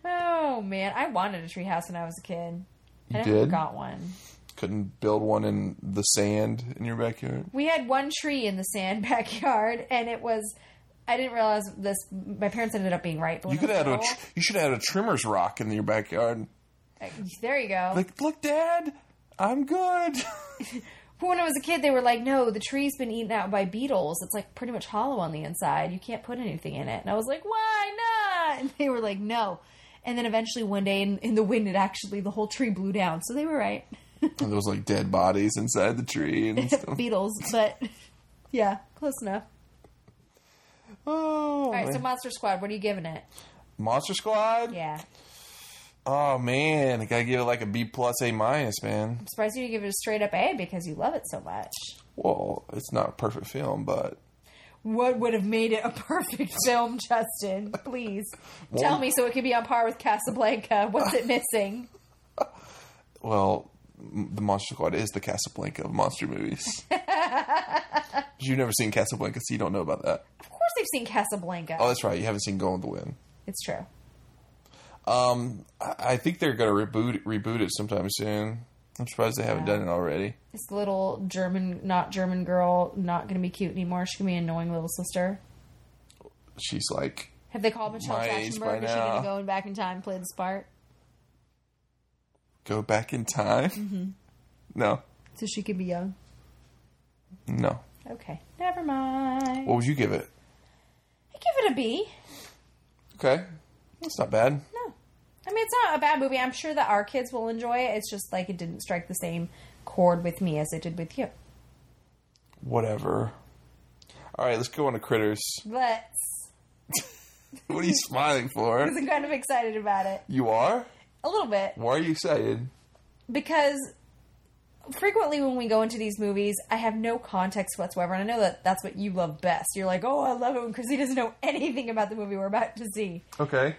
[SPEAKER 1] Oh man, I wanted a treehouse when I was a kid. I
[SPEAKER 2] You
[SPEAKER 1] never
[SPEAKER 2] did?
[SPEAKER 1] got one.
[SPEAKER 2] couldn't build one in the sand in your backyard.
[SPEAKER 1] We had one tree in the sand [laughs] backyard, and it was. I didn't realize this. My parents ended up being right. But when
[SPEAKER 2] You could
[SPEAKER 1] I
[SPEAKER 2] add
[SPEAKER 1] was
[SPEAKER 2] a.
[SPEAKER 1] little-
[SPEAKER 2] tr- You should add a trimmer's rock in your backyard.
[SPEAKER 1] there you go.
[SPEAKER 2] Like, look, Dad, I'm good. [laughs]
[SPEAKER 1] But when I was a kid, they were like, "No, the tree's been eaten out by beetles. It's like pretty much hollow on the inside. You can't put anything in it." And I was like, "Why not?" [laughs] And they were like, "No." And then eventually, one day, in, in the wind, it actually the whole tree blew down. So they were right. [laughs]
[SPEAKER 2] and there was like dead bodies inside the tree and stuff.
[SPEAKER 1] Beetles, but [laughs] yeah, close enough.
[SPEAKER 2] Oh,
[SPEAKER 1] All right, so
[SPEAKER 2] man.
[SPEAKER 1] Monster Squad, what are you giving it?
[SPEAKER 2] Monster Squad.
[SPEAKER 1] Yeah,
[SPEAKER 2] Oh man, I gotta give it like a B plus, A minus, man.
[SPEAKER 1] I'm surprised you didn't give it a straight up A because you love it so much.
[SPEAKER 2] Well, it's not a perfect film, but
[SPEAKER 1] What would have made it a perfect [laughs] film, Justin? Please tell me so it could be on par with Casablanca. What's it missing?
[SPEAKER 2] well, m- the Monster Squad is the Casablanca of
[SPEAKER 1] [laughs]
[SPEAKER 2] monster movies. You've never seen Casablanca, so you don't know about that.
[SPEAKER 1] Of course, they've seen Casablanca.
[SPEAKER 2] Oh, that's right. You haven't seen Going with the Wind.
[SPEAKER 1] It's true.
[SPEAKER 2] Um, I I think they're gonna reboot reboot it sometime soon. I'm surprised they haven't done it already.
[SPEAKER 1] This little German, not German girl, not going to be cute anymore. She's going to be an annoying little sister.
[SPEAKER 2] She's like,
[SPEAKER 1] Have they called Michelle
[SPEAKER 2] My age by
[SPEAKER 1] Trachtenberg? Is she going
[SPEAKER 2] now.
[SPEAKER 1] to go in back in time, play this part,
[SPEAKER 2] go back in time.
[SPEAKER 1] Mm-hmm.
[SPEAKER 2] No,
[SPEAKER 1] so she could be young?
[SPEAKER 2] no.
[SPEAKER 1] Okay, never mind.
[SPEAKER 2] What would you give it?
[SPEAKER 1] I give it a B.
[SPEAKER 2] Okay, that's not bad.
[SPEAKER 1] No, I mean it's not a bad movie. I'm sure that our kids will enjoy it. It's just like it didn't strike the same chord with me as it did with you.
[SPEAKER 2] Whatever. All right, let's go on to critters. [laughs]
[SPEAKER 1] But [laughs]
[SPEAKER 2] What are you smiling for?
[SPEAKER 1] I'm kind of excited about it
[SPEAKER 2] You are.
[SPEAKER 1] a little bit.
[SPEAKER 2] Why are you excited?
[SPEAKER 1] because frequently when we go into these movies, I have no context whatsoever, and I know that that's what you love best. You're like, oh, I love it when Chrissy doesn't know [laughs] anything about the movie we're about to see.
[SPEAKER 2] Okay.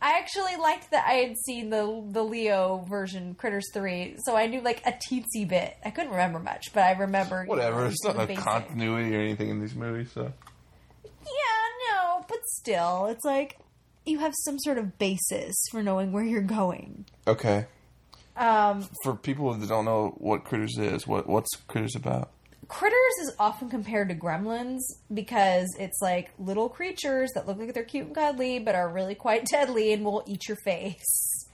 [SPEAKER 1] I actually liked that I had seen the the Leo version, Critters Three, so I knew like a teensy bit. I couldn't remember much, but I remember you know, [laughs]
[SPEAKER 2] Whatever. It's not
[SPEAKER 1] the
[SPEAKER 2] a
[SPEAKER 1] basic.
[SPEAKER 2] continuity or anything in these movies, so
[SPEAKER 1] Yeah, no, but still, it's like you have some sort of basis for knowing where you're going.
[SPEAKER 2] okay.
[SPEAKER 1] Um,
[SPEAKER 2] For people that don't know what critters is, what what's critters about?
[SPEAKER 1] Critters is often compared to gremlins because it's like little creatures that look like they're cute and cuddly but are really quite [laughs] deadly and will eat your face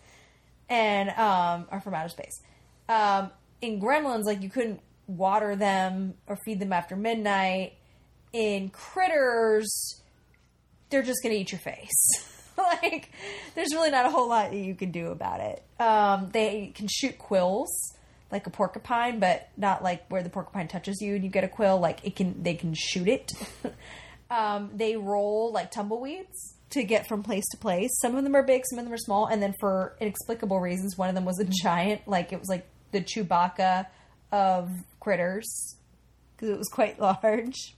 [SPEAKER 1] and um, are from outer space. Um, in gremlins, like you couldn't water them or feed them after midnight. In critters, they're just going to eat your face. [laughs] like, there's really not a whole lot that you can do about it. Um, they can shoot quills like a porcupine, but not like where the porcupine touches you and you get a quill. Like it can, they can shoot it. [laughs] um, they roll like tumbleweeds to get from place to place. Some of them are big, some of them are small, and then for inexplicable reasons, one of them was a giant. Like it was like the Chewbacca of critters because it was quite [laughs] large.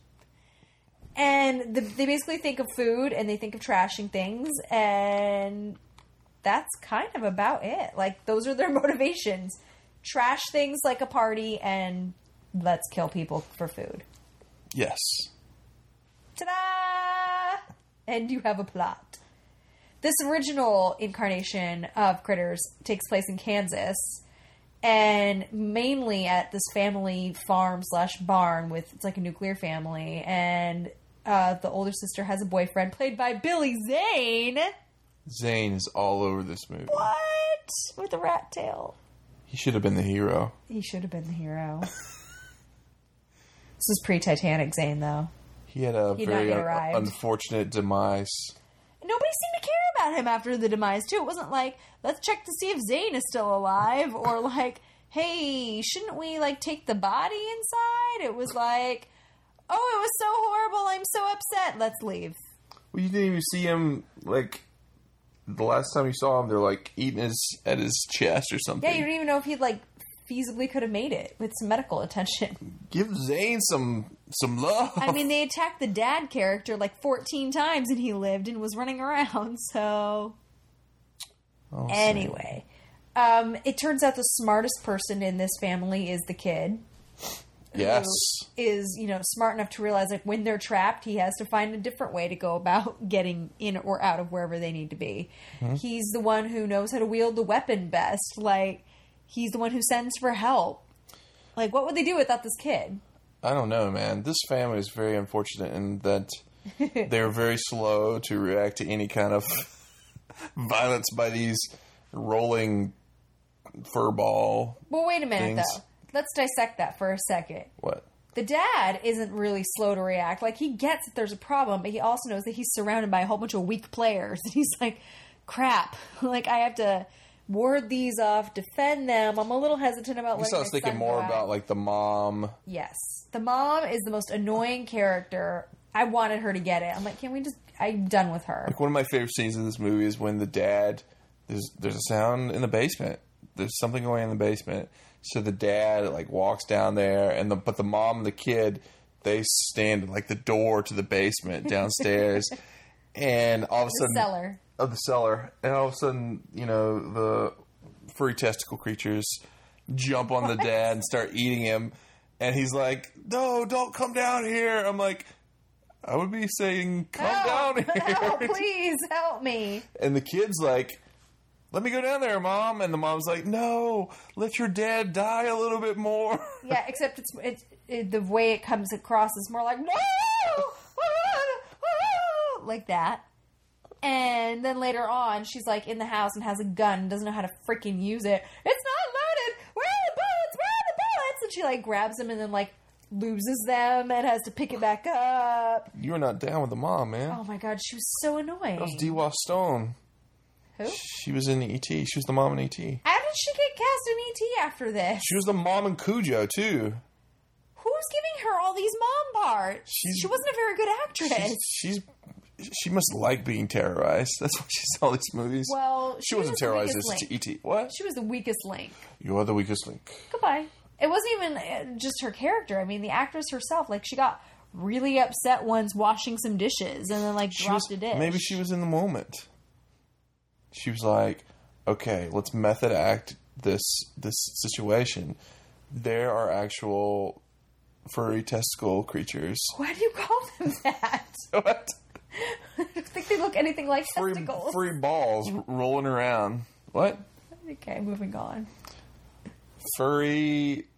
[SPEAKER 1] And the, they basically think of food and they think of trashing things, and that's kind of about it. Like, those are their [laughs] motivations trash things like a party and let's kill people for food.
[SPEAKER 2] Yes.
[SPEAKER 1] Ta-da! And you have a plot. This original incarnation of Critters takes place in Kansas, and mainly at this family farm slash barn with it's like a nuclear family, and uh, the older sister has a boyfriend played by Billy Zane.
[SPEAKER 2] Zane is all over this movie.
[SPEAKER 1] What with a rat tail?
[SPEAKER 2] He should have been the hero.
[SPEAKER 1] He should have been the hero. this is pre-Titanic Zane, though.
[SPEAKER 2] He had a
[SPEAKER 1] He not
[SPEAKER 2] very
[SPEAKER 1] yet
[SPEAKER 2] un-
[SPEAKER 1] arrived.
[SPEAKER 2] unfortunate demise.
[SPEAKER 1] nobody seemed to care about him after the demise too. It wasn't like let's check to see if Zane is still alive or [laughs] like hey, shouldn't we like take the body inside? It was like oh, it was so horrible. I'm so upset. Let's leave.
[SPEAKER 2] Well, you didn't even see him like the last time you saw him. They're like eating his at his chest or something.
[SPEAKER 1] Yeah, you don't even know if he like feasibly could have made it with some medical attention.
[SPEAKER 2] Give Zane some some love.
[SPEAKER 1] [laughs] I mean, they attacked the dad character like 14 times and he lived and was running around. [laughs] So
[SPEAKER 2] Oh, Zane.
[SPEAKER 1] Anyway, um, it turns out the smartest person in this family is the kid.
[SPEAKER 2] yes,
[SPEAKER 1] Is you know smart enough to realize like when they're trapped, he has to find a different way to go about [laughs] getting in or out of wherever they need to be.
[SPEAKER 2] Mm-hmm.
[SPEAKER 1] He's the one who knows how to wield the weapon best. Like he's the one who sends for help. Like what would they do without this kid?
[SPEAKER 2] I don't know, man. This family is very unfortunate
[SPEAKER 1] [laughs]
[SPEAKER 2] in that they're very slow to react to any kind of [laughs] violence by these rolling furball.
[SPEAKER 1] Well, wait a minute
[SPEAKER 2] Things.
[SPEAKER 1] though. Let's dissect that for a second.
[SPEAKER 2] What?
[SPEAKER 1] the dad isn't really slow to react. Like he gets that there's a problem, but he also knows that he's surrounded by a whole bunch of weak players. [laughs] And he's like, crap. [laughs] Like I have to ward these off, defend them. I'm a little hesitant about
[SPEAKER 2] I
[SPEAKER 1] letting
[SPEAKER 2] guess I
[SPEAKER 1] my
[SPEAKER 2] was thinking
[SPEAKER 1] son
[SPEAKER 2] more
[SPEAKER 1] die.
[SPEAKER 2] about like the mom.
[SPEAKER 1] Yes. The mom is the most annoying character. I wanted her to get it. I'm like, can we just I'm done with her.
[SPEAKER 2] Like one of my favorite scenes in this movie is when the dad there's there's a sound in the basement. There's something going on in the basement. So the dad like walks down there, and the but the mom and the kid they stand at, like the door to the basement downstairs, and all of a sudden
[SPEAKER 1] Cellar.
[SPEAKER 2] of the cellar, and all of a sudden you know the furry testicle creatures jump on the dad and start eating him, and he's like, "No, don't come down here." I'm like. I would be saying, "Come
[SPEAKER 1] Help! [laughs]
[SPEAKER 2] down here." [laughs]
[SPEAKER 1] Help, Oh, please help me.
[SPEAKER 2] And the kid's like, let me go down there, mom. And the mom's like, no, let your dad die a little bit more. [laughs]
[SPEAKER 1] Yeah, except it's it's it, the way it comes across is more like no, [laughs] like that. And then later on, she's like in the house and has a gun, doesn't know how to freaking use it. It's not loaded. Where are the bullets? Where are the bullets? And she like grabs them and then like loses them and has to pick it back up.
[SPEAKER 2] You were not down with the mom, man.
[SPEAKER 1] Oh my god, she was so annoying.
[SPEAKER 2] That was Dewa Stone.
[SPEAKER 1] Who?
[SPEAKER 2] She was in E.T. She was the mom in E.T.
[SPEAKER 1] How did she get cast in ET after this?
[SPEAKER 2] She was the mom in Cujo, too.
[SPEAKER 1] Who's giving her all these mom parts?
[SPEAKER 2] She's-
[SPEAKER 1] she wasn't a very good actress.
[SPEAKER 2] She's, she's She must like being terrorized. That's why she's in all these movies.
[SPEAKER 1] Well,
[SPEAKER 2] she, wasn't
[SPEAKER 1] was the
[SPEAKER 2] terrorized
[SPEAKER 1] weakest
[SPEAKER 2] as
[SPEAKER 1] link.
[SPEAKER 2] E.T. What?
[SPEAKER 1] She was the weakest link.
[SPEAKER 2] You're the weakest link.
[SPEAKER 1] Goodbye. It wasn't even uh, just her character. I mean, the actress herself, like, she got really upset once washing some dishes and then, like,
[SPEAKER 2] She
[SPEAKER 1] dropped a
[SPEAKER 2] was-
[SPEAKER 1] dish.
[SPEAKER 2] Maybe she was in the moment. She was like, "Okay, let's method act this this situation. There are actual furry testicle creatures. [laughs]
[SPEAKER 1] Why do you call them [laughs] that?
[SPEAKER 2] What?
[SPEAKER 1] I don't think they look anything like
[SPEAKER 2] Free,
[SPEAKER 1] testicles.
[SPEAKER 2] free
[SPEAKER 1] [laughs]
[SPEAKER 2] balls r- rolling around. What?
[SPEAKER 1] Okay, moving on.
[SPEAKER 2] Furry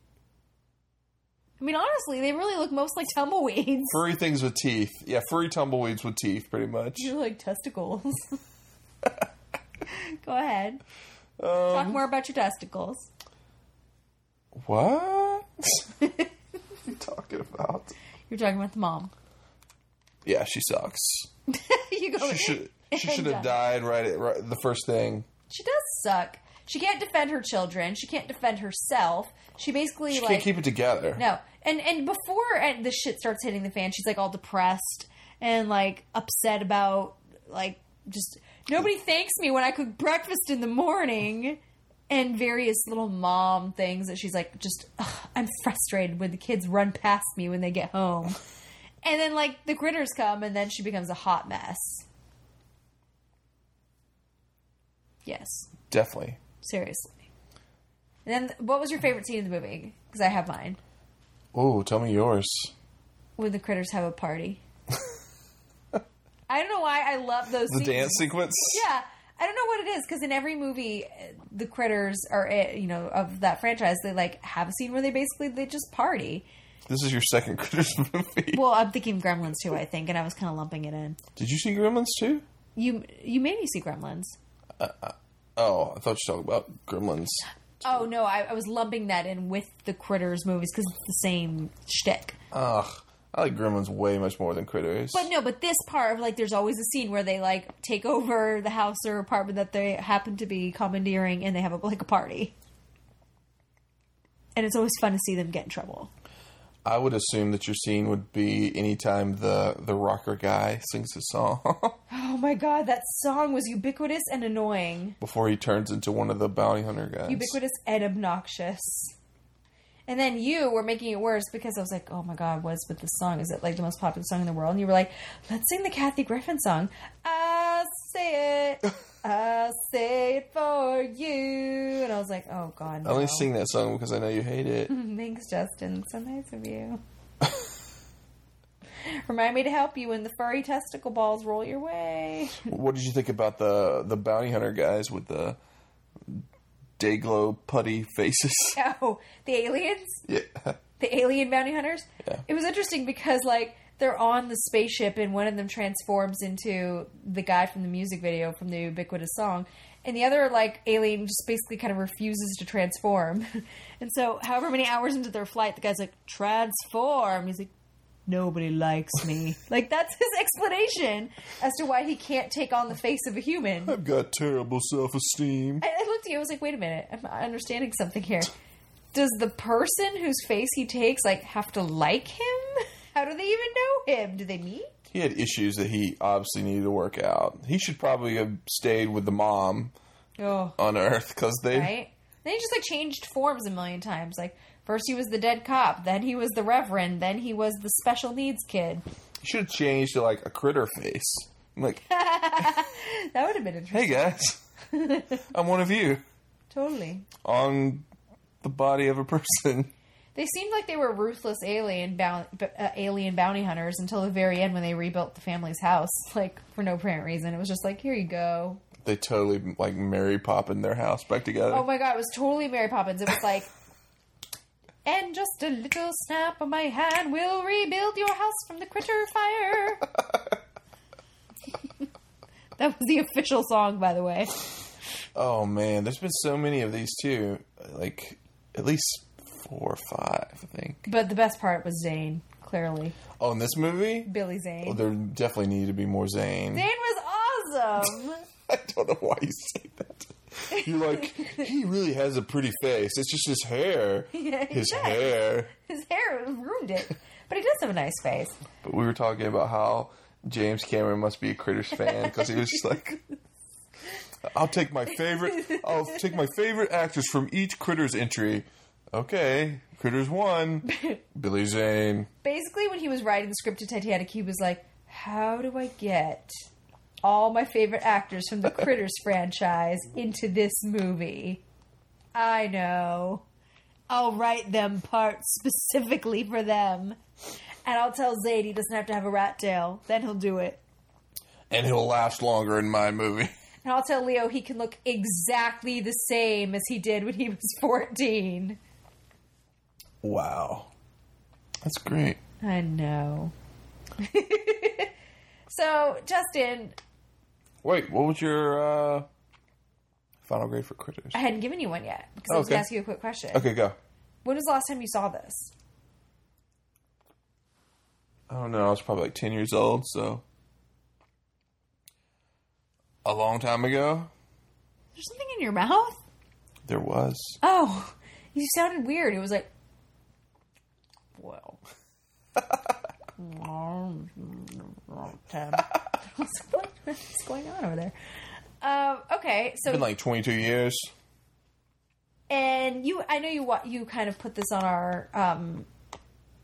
[SPEAKER 1] I mean, honestly, they really look most like tumbleweeds. [laughs]
[SPEAKER 2] furry things with teeth. Yeah, furry tumbleweeds with teeth, pretty much.
[SPEAKER 1] They look like
[SPEAKER 2] [laughs]
[SPEAKER 1] testicles. Go ahead.
[SPEAKER 2] Um,
[SPEAKER 1] Talk more about your testicles. [laughs]
[SPEAKER 2] What? what are you talking about?
[SPEAKER 1] You're talking about the mom. [laughs]
[SPEAKER 2] Yeah, she sucks.
[SPEAKER 1] you go.
[SPEAKER 2] She should she
[SPEAKER 1] [laughs] And
[SPEAKER 2] should have
[SPEAKER 1] done.
[SPEAKER 2] died right at right, the first thing.
[SPEAKER 1] She does suck. She can't defend her children. She can't defend herself. She basically
[SPEAKER 2] She
[SPEAKER 1] like
[SPEAKER 2] can't keep it together.
[SPEAKER 1] no. And and before and the shit starts hitting the fan, she's like all depressed and like upset about like just nobody thanks me when I cook breakfast in the morning. and various little mom things that she's like, just, "Ugh, I'm frustrated when the kids run past me when they get home. And then, like, the critters come, and then she becomes a hot mess. Yes,
[SPEAKER 2] Definitely.
[SPEAKER 1] seriously. And then, what was your favorite scene in the movie? Because I have mine.
[SPEAKER 2] Oh, tell me yours.
[SPEAKER 1] When the critters have a
[SPEAKER 2] [laughs]
[SPEAKER 1] party. I don't know why I love those
[SPEAKER 2] The
[SPEAKER 1] scenes.
[SPEAKER 2] dance sequence.
[SPEAKER 1] Yeah, I don't know what it is because in every movie, uh, the critters are uh, you know of that franchise. They like have a scene where they basically they just party.
[SPEAKER 2] This is your second [laughs] Critters movie.
[SPEAKER 1] Well, I'm thinking Gremlins too. I think, and I was kind of lumping it in.
[SPEAKER 2] Did you see Gremlins too?
[SPEAKER 1] You you made me see Gremlins.
[SPEAKER 2] Oh, I thought you were talking about Gremlins.
[SPEAKER 1] Oh no, I, I was lumping that in with the critters movies because it's the same shtick.
[SPEAKER 2] Ugh, I like Gremlins way much more than Critters.
[SPEAKER 1] But no, but this part of like, there's always a scene where they like take over the house or apartment that they happen to be commandeering, and they have a like a party. And it's always fun to see them get in trouble.
[SPEAKER 2] I would assume that your scene would be anytime the the rocker guy sings a song [laughs]
[SPEAKER 1] Oh my god, that song was ubiquitous and annoying.
[SPEAKER 2] before he turns into one of the bounty hunter guys.
[SPEAKER 1] Ubiquitous and obnoxious. And then you were making it worse because I was like, oh my god, what's with this song? Is it like the most popular song in the world? And you were like, let's sing the Kathy Griffin song. I say it. I say it for you. And I was like, oh god.
[SPEAKER 2] I only
[SPEAKER 1] no.
[SPEAKER 2] sing that song because I know you
[SPEAKER 1] [laughs]
[SPEAKER 2] hate it.
[SPEAKER 1] Thanks, Justin. So nice of you. [laughs] Remind me to help you when the furry testicle balls roll your way. [laughs]
[SPEAKER 2] what did you think about the the bounty hunter guys with the day glow putty faces?
[SPEAKER 1] [laughs] Oh, the aliens?
[SPEAKER 2] yeah.
[SPEAKER 1] the alien bounty hunters.
[SPEAKER 2] Yeah.
[SPEAKER 1] It was interesting because like they're on the spaceship and one of them transforms into the guy from the music video from the ubiquitous song. And the other like alien just basically kind of refuses to transform. [laughs] and so however many hours into their flight, the guy's like, Transform He's like Nobody likes me. like that's his explanation as to why he can't take on the face of a human.
[SPEAKER 2] I've got terrible self esteem.
[SPEAKER 1] I, I looked at you. I was like, wait a minute. I'm not understanding something here. Does the person whose face he takes like have to like him? [laughs] How do they even know him? Do they meet?
[SPEAKER 2] He had issues that he obviously needed to work out. He should probably have stayed with the mom
[SPEAKER 1] Oh,
[SPEAKER 2] on Earth because they
[SPEAKER 1] right. Then he just like changed forms a million times. Like first he was the dead cop, then he was the reverend, then he was the special needs kid.
[SPEAKER 2] he should have changed to like a critter face. I'm like,
[SPEAKER 1] That would have been interesting.
[SPEAKER 2] hey guys,
[SPEAKER 1] [laughs]
[SPEAKER 2] I'm one of you
[SPEAKER 1] Totally.
[SPEAKER 2] on the body of a person.
[SPEAKER 1] They seemed like they were ruthless alien bounty, uh, alien bounty hunters until the very end when they rebuilt the family's house, [laughs] like for no apparent reason. It was just like, here you go,
[SPEAKER 2] They totally like Mary Poppin their house back together.
[SPEAKER 1] Oh my god, it was totally Mary Poppins. It was like, and just a little snap of my hand will rebuild your house from the critter fire. [laughs] that was the official song, by the way.
[SPEAKER 2] Oh man, there's been so many of these too. Like at least four or five, I think.
[SPEAKER 1] But the best part was Zane, clearly.
[SPEAKER 2] Oh, in this movie,
[SPEAKER 1] Billy
[SPEAKER 2] well,
[SPEAKER 1] Zane.
[SPEAKER 2] there definitely needed to be more Zane.
[SPEAKER 1] Zane was awesome.
[SPEAKER 2] [laughs]
[SPEAKER 1] [laughs]
[SPEAKER 2] I don't know why you say that. You're like, he really has a pretty face. It's just his hair.
[SPEAKER 1] [laughs] Yeah, he
[SPEAKER 2] his
[SPEAKER 1] does.
[SPEAKER 2] hair.
[SPEAKER 1] His hair ruined it. But he does have a nice face.
[SPEAKER 2] But we were talking about how James Cameron must be a Critters fan because he was just like, I'll take my favorite. I'll take my favorite actors from each Critters entry. Okay,
[SPEAKER 1] [laughs]
[SPEAKER 2] Critters one, Billy Zane.
[SPEAKER 1] basically when he was writing the script to Titanic, he was like, "How do I get all my favorite actors from the Critters franchise into this movie?" I know. I'll write them parts specifically for them, and I'll tell Zayd he doesn't have to have a rat tail. Then he'll do it.
[SPEAKER 2] and he'll last longer in my movie. [laughs]
[SPEAKER 1] And I'll tell Leo he can look exactly the same as he did when he was [laughs] 14.
[SPEAKER 2] Wow, that's great.
[SPEAKER 1] I know. [laughs] so, Justin,
[SPEAKER 2] Wait, what was your uh, final grade for Critters?
[SPEAKER 1] I hadn't given you one yet because I was
[SPEAKER 2] Okay.
[SPEAKER 1] going to ask you a quick question.
[SPEAKER 2] Okay, go.
[SPEAKER 1] When was the last time you saw this?
[SPEAKER 2] I don't know. I was probably like ten years old, so a long time ago.
[SPEAKER 1] There's something in your mouth.
[SPEAKER 2] There was.
[SPEAKER 1] Oh, you sounded weird. It was like, [laughs] well, what's going on over there? Um, okay, so
[SPEAKER 2] It's been like 22 years.
[SPEAKER 1] and you, I know you wa- you kind of put this on our. Um,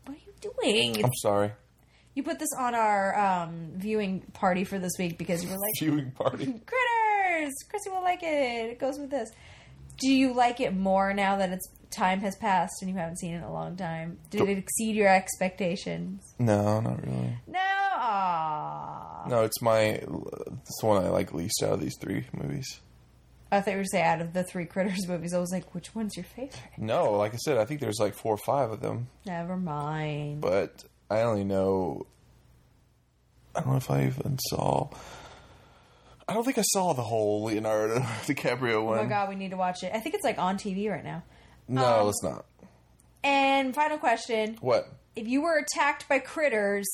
[SPEAKER 1] what are you doing?
[SPEAKER 2] I'm sorry. [laughs]
[SPEAKER 1] You put this on our um, viewing party for this week because you were like,
[SPEAKER 2] Viewing party.
[SPEAKER 1] critters. Chrissy will like it. It goes with this. Do you like it more now that it's time has passed and you haven't seen it in a long time? Did it exceed your expectations?
[SPEAKER 2] No, not really.
[SPEAKER 1] No. Aww.
[SPEAKER 2] No, it's my. It's the one I like least out of these three movies.
[SPEAKER 1] I thought you were saying out of the three critters [laughs] movies, I was like, which one's your favorite?
[SPEAKER 2] No, like I said, I think there's like four or five of them,
[SPEAKER 1] Never mind.
[SPEAKER 2] but I only know. I don't know if I even saw. I don't think I saw the whole Leonardo [laughs] DiCaprio one.
[SPEAKER 1] Oh my god, Um, we need to watch it. I think it's like on TV right now.
[SPEAKER 2] no, it's not.
[SPEAKER 1] And final question:
[SPEAKER 2] What?
[SPEAKER 1] If you were attacked by critters,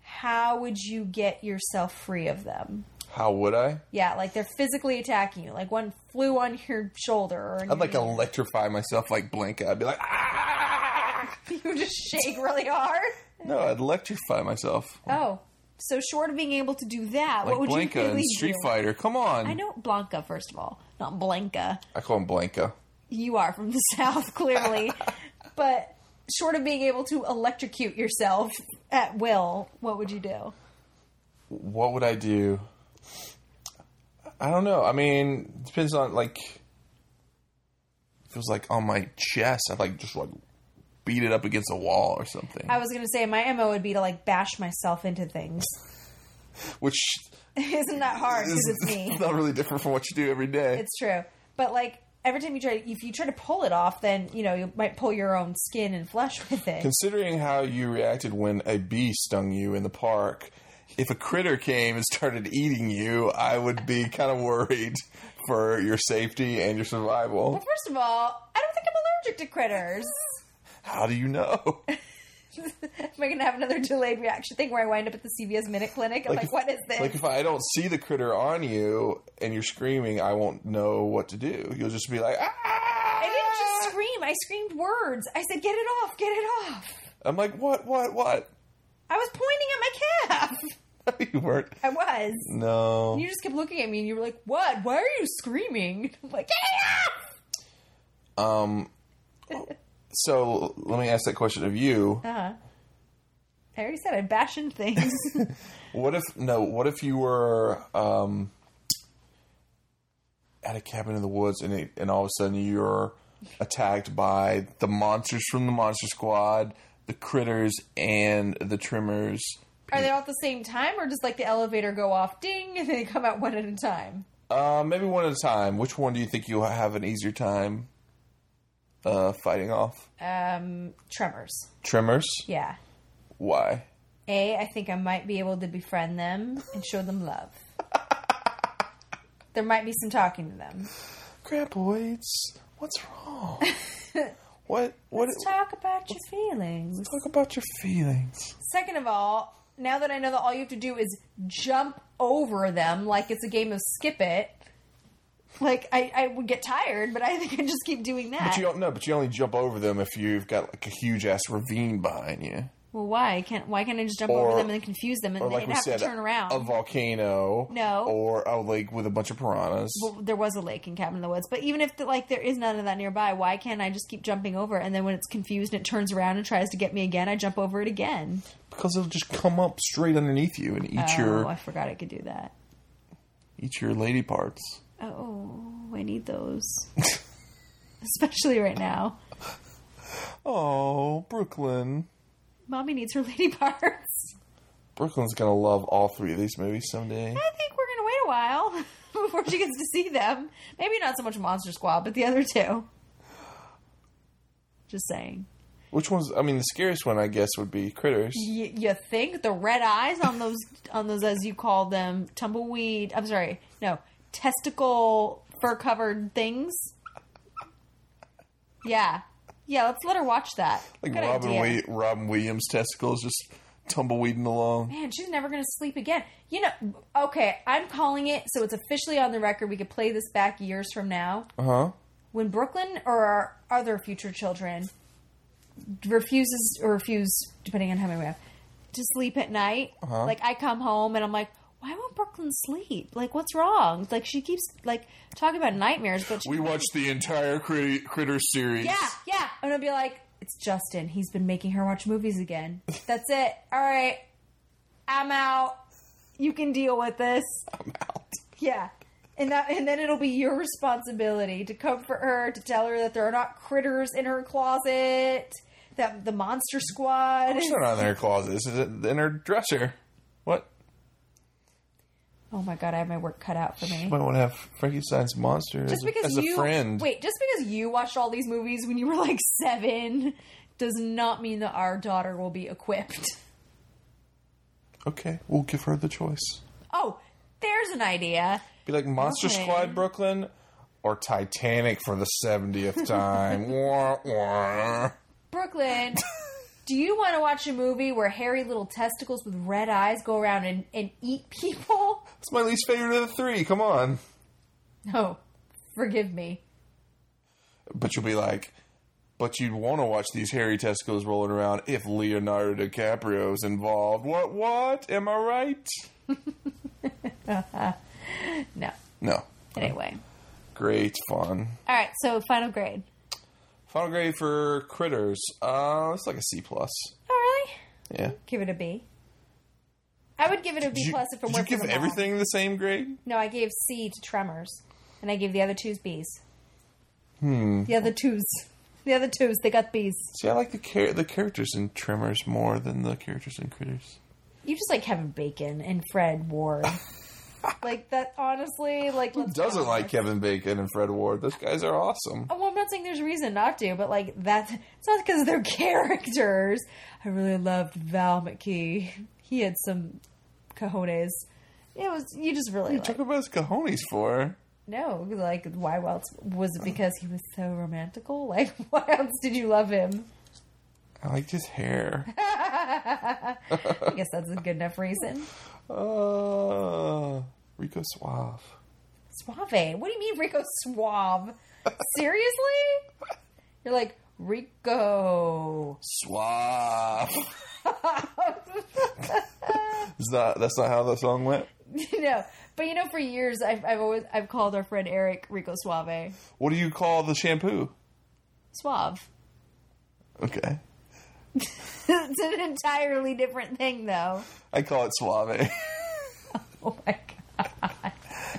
[SPEAKER 1] how would you get yourself free of them?
[SPEAKER 2] How would I?
[SPEAKER 1] Yeah, like they're physically attacking you. Like one flew on your shoulder, or
[SPEAKER 2] I'd like electrify myself like Blanca. I'd be like, ah!
[SPEAKER 1] [laughs] you just shake really hard.
[SPEAKER 2] No, I'd electrify myself.
[SPEAKER 1] Oh, so short of being able to do that, what
[SPEAKER 2] like
[SPEAKER 1] would
[SPEAKER 2] Blanca
[SPEAKER 1] you
[SPEAKER 2] and
[SPEAKER 1] really
[SPEAKER 2] Street
[SPEAKER 1] do?
[SPEAKER 2] Fighter. Come on.
[SPEAKER 1] I know Blanca first of all, not Blanca.
[SPEAKER 2] I call him Blanca.
[SPEAKER 1] You are from the [laughs] south,
[SPEAKER 2] [laughs]
[SPEAKER 1] clearly, but short of being able to electrocute yourself at will, what would you do?
[SPEAKER 2] What would I do? I don't know. I mean, it depends on like. If it was like on my chest, I'd like just like beat it up against a wall or something.
[SPEAKER 1] I was gonna say my mo would be to like bash myself into things. [laughs]
[SPEAKER 2] Which
[SPEAKER 1] Isn't that hard? Because it's
[SPEAKER 2] [laughs]
[SPEAKER 1] me.
[SPEAKER 2] not really different from what you do every day.
[SPEAKER 1] It's true. But like every time you try, if you try to pull it off, then you know you might pull your own skin and flesh with it.
[SPEAKER 2] Considering how you reacted when a bee stung you in the park, if a critter came and started eating you, I would be kind of worried for your safety and your survival.
[SPEAKER 1] First of all, I don't think I'm allergic to critters. [laughs]
[SPEAKER 2] How do you know?
[SPEAKER 1] Am I gonna have another delayed reaction thing where I wind up at the CVS Minute Clinic? I'm like,
[SPEAKER 2] if-
[SPEAKER 1] what is this?
[SPEAKER 2] Like if I don't see the critter on you and you're screaming, I won't know what to do. You'll just be like, ah!
[SPEAKER 1] I didn't just scream. I screamed words. I said, "Get it off! Get it off!"
[SPEAKER 2] I'm like, what, what, what? [laughs]
[SPEAKER 1] I was pointing at my calf. [laughs]
[SPEAKER 2] you weren't.
[SPEAKER 1] I was.
[SPEAKER 2] No.
[SPEAKER 1] You just kept looking at me, and you were like, "What? Why are you screaming?" [laughs] I'm like, "Get it off!"
[SPEAKER 2] So let me ask that question of you.
[SPEAKER 1] Uh-huh. I already said I'm bashing things.
[SPEAKER 2] What if no? What if you were um, at a cabin in the woods and it, and all of a sudden you're attacked by the monsters from the Monster Squad, the critters, and the trimmers?
[SPEAKER 1] Are they all at the same time, or does like the elevator go off, ding, and they come out one at a time?
[SPEAKER 2] Uh, maybe one at a time. Which one do you think you'll have an easier time uh, fighting off?
[SPEAKER 1] Um, tremors.
[SPEAKER 2] Trimmers.
[SPEAKER 1] Yeah.
[SPEAKER 2] Why?
[SPEAKER 1] A, I think I might be able to befriend them and show them love. there might be some talking to them.
[SPEAKER 2] Graboids. What's
[SPEAKER 1] [laughs]
[SPEAKER 2] wrong? what? What?
[SPEAKER 1] Let's talk about your feelings.
[SPEAKER 2] Talk about your feelings.
[SPEAKER 1] Second of all, now that I know that all you have to do is jump over them like it's a game of skip it, like I, I would get tired, but I think I'd just keep doing that.
[SPEAKER 2] But you don't know. But you only jump over them if you've got like a huge ass ravine behind you,
[SPEAKER 1] well, why can't why can't I just jump
[SPEAKER 2] Or-
[SPEAKER 1] over them and then confuse them and
[SPEAKER 2] or
[SPEAKER 1] then
[SPEAKER 2] like
[SPEAKER 1] they'd
[SPEAKER 2] we
[SPEAKER 1] have
[SPEAKER 2] said,
[SPEAKER 1] to turn around?
[SPEAKER 2] a volcano,
[SPEAKER 1] No.
[SPEAKER 2] or a lake with a bunch of piranhas.
[SPEAKER 1] Well, there was a lake in Cabin in the Woods, but even if like there is none of that nearby, why can't I just keep jumping over? it? And then when it's confused and it turns around and tries to get me again, I jump over it again.
[SPEAKER 2] because it'll just come up straight underneath you and eat
[SPEAKER 1] Oh, I
[SPEAKER 2] your
[SPEAKER 1] forgot I could do that.
[SPEAKER 2] eat your lady parts.
[SPEAKER 1] Oh, I need those, [laughs] especially right now.
[SPEAKER 2] Oh, Brooklyn.
[SPEAKER 1] Mommy needs her [laughs] lady parts.
[SPEAKER 2] Brooklyn's gonna love all three of these movies someday.
[SPEAKER 1] I think we're gonna wait a while [laughs] before she gets to see them. Maybe not so much Monster Squad, but the other two. Just saying.
[SPEAKER 2] Which one's? I mean, the scariest one, I guess, would be Critters.
[SPEAKER 1] Y- you think the red eyes on
[SPEAKER 2] [laughs]
[SPEAKER 1] those on those as you call them tumbleweed i'm sorry no testicle fur covered things yeah yeah let's let her watch that
[SPEAKER 2] Like
[SPEAKER 1] Good
[SPEAKER 2] Robin,
[SPEAKER 1] idea.
[SPEAKER 2] Wi- Robin Williams' testicles just tumbleweeding along.
[SPEAKER 1] man she's never gonna sleep again you know okay i'm calling it so it's officially on the record we could play this back years from now
[SPEAKER 2] Uh huh.
[SPEAKER 1] when Brooklyn or our other future children refuses or refuse, depending on how many we have, to sleep at night, like I come home and I'm like, why won't Brooklyn sleep? Like, what's wrong? Like, she keeps like talking about nightmares, but she,
[SPEAKER 2] We watched the entire crit- Critter series.
[SPEAKER 1] yeah, yeah. And I'll be like, it's Justin. He's been making her watch movies
[SPEAKER 2] [laughs]
[SPEAKER 1] again. That's it. All right, I'm out. You can deal with this.
[SPEAKER 2] I'm out.
[SPEAKER 1] Yeah. And that, and then it'll be your responsibility to comfort her, to tell her that there are not critters in her closet, that the monster squad.
[SPEAKER 2] It's not on their closet. This is in her dresser. What?
[SPEAKER 1] Oh my god, I have my work cut out for me.
[SPEAKER 2] You might want to have Frankenstein's monster as,
[SPEAKER 1] Just
[SPEAKER 2] a-
[SPEAKER 1] because
[SPEAKER 2] as
[SPEAKER 1] you
[SPEAKER 2] a friend.
[SPEAKER 1] wait, just because you watched all these movies when you were like seven, does not mean that our daughter will be equipped.
[SPEAKER 2] Okay, we'll give her the choice.
[SPEAKER 1] Oh, there's an idea.
[SPEAKER 2] Be like Monster
[SPEAKER 1] Okay.
[SPEAKER 2] Squad Brooklyn or Titanic for the 70th
[SPEAKER 1] [laughs]
[SPEAKER 2] time. Wah, wah.
[SPEAKER 1] Brooklyn, do you want to watch a movie where hairy little testicles with red eyes go around and, and eat people? [laughs]
[SPEAKER 2] It's my least favorite of the three. Come on.
[SPEAKER 1] No, forgive me.
[SPEAKER 2] But you'll be like, but you'd want to watch these hairy testicles rolling around if Leonardo DiCaprio's involved. What, what? Am I right?
[SPEAKER 1] No.
[SPEAKER 2] No.
[SPEAKER 1] Anyway.
[SPEAKER 2] Great fun.
[SPEAKER 1] All right, so final grade.
[SPEAKER 2] Final grade for Critters. Uh, it's like a C plus.
[SPEAKER 1] Oh, really?
[SPEAKER 2] Yeah.
[SPEAKER 1] Give it a B. I would give it a B
[SPEAKER 2] Did you,
[SPEAKER 1] plus if it
[SPEAKER 2] did
[SPEAKER 1] weren't
[SPEAKER 2] you
[SPEAKER 1] for
[SPEAKER 2] give
[SPEAKER 1] the mom.
[SPEAKER 2] everything the same grade?
[SPEAKER 1] No, I gave C to Tremors, and I gave the other twos Bs. Hmm. The other twos. The other twos, they got Bs.
[SPEAKER 2] See, I like the char- the characters in Tremors more than the characters in Critters.
[SPEAKER 1] You just like Kevin Bacon and Fred Ward.
[SPEAKER 2] [laughs]
[SPEAKER 1] like, that, honestly, like.
[SPEAKER 2] Who doesn't like Kevin Bacon and Fred Ward? Those guys are awesome.
[SPEAKER 1] Oh, Well, I'm not saying there's a reason not to, but like that's it's not because they're [laughs] characters. I really loved Val McKee. He had some cojones. It was you just really
[SPEAKER 2] Talk
[SPEAKER 1] like,
[SPEAKER 2] about his cojones for.
[SPEAKER 1] no like why else was it because he was so romantical? [laughs] Like why else did you love him?
[SPEAKER 2] I liked his hair.
[SPEAKER 1] I guess that's a good enough reason.
[SPEAKER 2] Uh, Rico Suave.
[SPEAKER 1] Suave. What do you mean Rico Suave? Seriously? You're like Rico. [laughs]
[SPEAKER 2] Suave. It's not, that's not how the song went.
[SPEAKER 1] no, but you know, for years I've, I've always I've called our friend Eric Rico Suave.
[SPEAKER 2] What do you call the shampoo?
[SPEAKER 1] Suave. [laughs]
[SPEAKER 2] Okay.
[SPEAKER 1] it's an entirely different thing, though.
[SPEAKER 2] I call it Suave. [laughs]
[SPEAKER 1] Oh my god!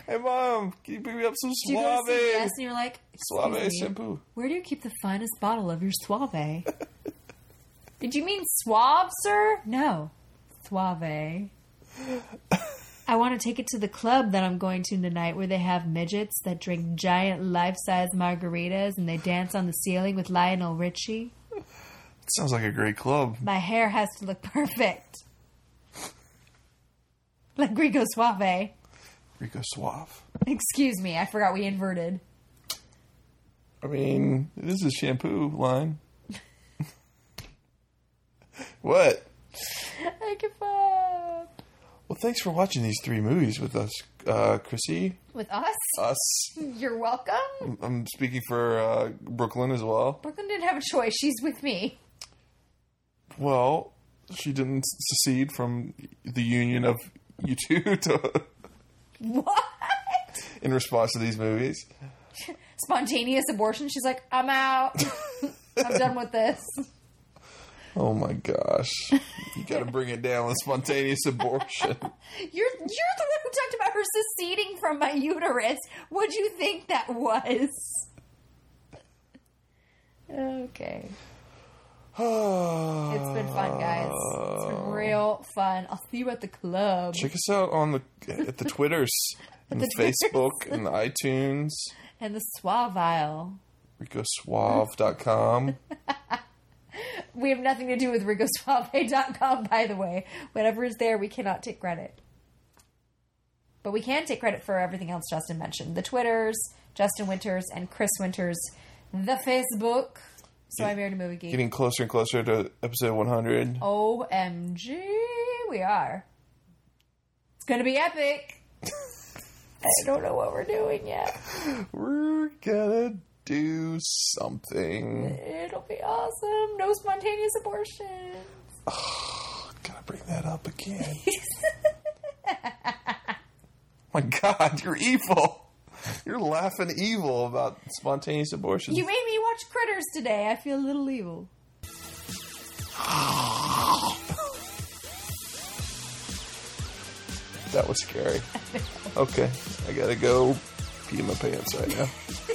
[SPEAKER 2] Hey, mom, can you bring me up some
[SPEAKER 1] Do you go
[SPEAKER 2] Suave?
[SPEAKER 1] to CVS and you're like,
[SPEAKER 2] Suave
[SPEAKER 1] "Excuse me,
[SPEAKER 2] shampoo.
[SPEAKER 1] Where do you keep the finest bottle of your Suave? [laughs] Did you mean Suave, sir? No, Suave. I want to take it to the club that I'm going to tonight, where they have midgets that drink giant life-size margaritas and they dance on the ceiling with Lionel Richie.
[SPEAKER 2] Sounds like a great club.
[SPEAKER 1] My hair has to look perfect, like Rico Suave.
[SPEAKER 2] Rico Suave.
[SPEAKER 1] Excuse me, I forgot we inverted.
[SPEAKER 2] I mean, it is a shampoo line. [laughs] what?
[SPEAKER 1] I give up.
[SPEAKER 2] Well, thanks for watching these three movies with us, uh, Chrissy.
[SPEAKER 1] With us?
[SPEAKER 2] Us.
[SPEAKER 1] You're welcome.
[SPEAKER 2] I'm speaking for uh, Brooklyn as well.
[SPEAKER 1] Brooklyn didn't have a choice. She's with me.
[SPEAKER 2] Well, she didn't secede from the union of [laughs] you two to,
[SPEAKER 1] What?
[SPEAKER 2] in response to these movies.
[SPEAKER 1] Spontaneous abortion. She's like, I'm out. I'm done with this.
[SPEAKER 2] Oh my gosh. You gotta bring it down with spontaneous
[SPEAKER 1] [laughs]
[SPEAKER 2] abortion.
[SPEAKER 1] You're you're the one who talked about her seceding from my uterus. What'd you think that was? Okay. It's been fun, guys. It's
[SPEAKER 2] Oh.
[SPEAKER 1] been real fun. I'll see you at the club.
[SPEAKER 2] [sighs] Check us out on the at
[SPEAKER 1] [laughs]
[SPEAKER 2] the Twitters, and the,
[SPEAKER 1] Twitters.
[SPEAKER 2] Facebook, and
[SPEAKER 1] [laughs]
[SPEAKER 2] the iTunes,
[SPEAKER 1] And the suave aisle. [laughs]
[SPEAKER 2] ricosuave.com.
[SPEAKER 1] We have nothing to do with RicoSuave.com, by the way. Whatever is there, we cannot take credit. But we can take credit for everything else Justin mentioned the Twitters, Justin Winters, and Chris Winters, the Facebook. So I married a movie geek.
[SPEAKER 2] Getting closer and closer to episode 100.
[SPEAKER 1] OMG, we are. It's going to be epic. [laughs] I don't know what we're doing yet.
[SPEAKER 2] We're gonna do something.
[SPEAKER 1] It'll be awesome. No spontaneous abortion.
[SPEAKER 2] Gotta bring that up again. my god, you're evil. You're laughing evil about spontaneous abortion.
[SPEAKER 1] You made me watch Critters today. I feel a little evil.
[SPEAKER 2] that was scary. Okay, I gotta go pee my pants right now.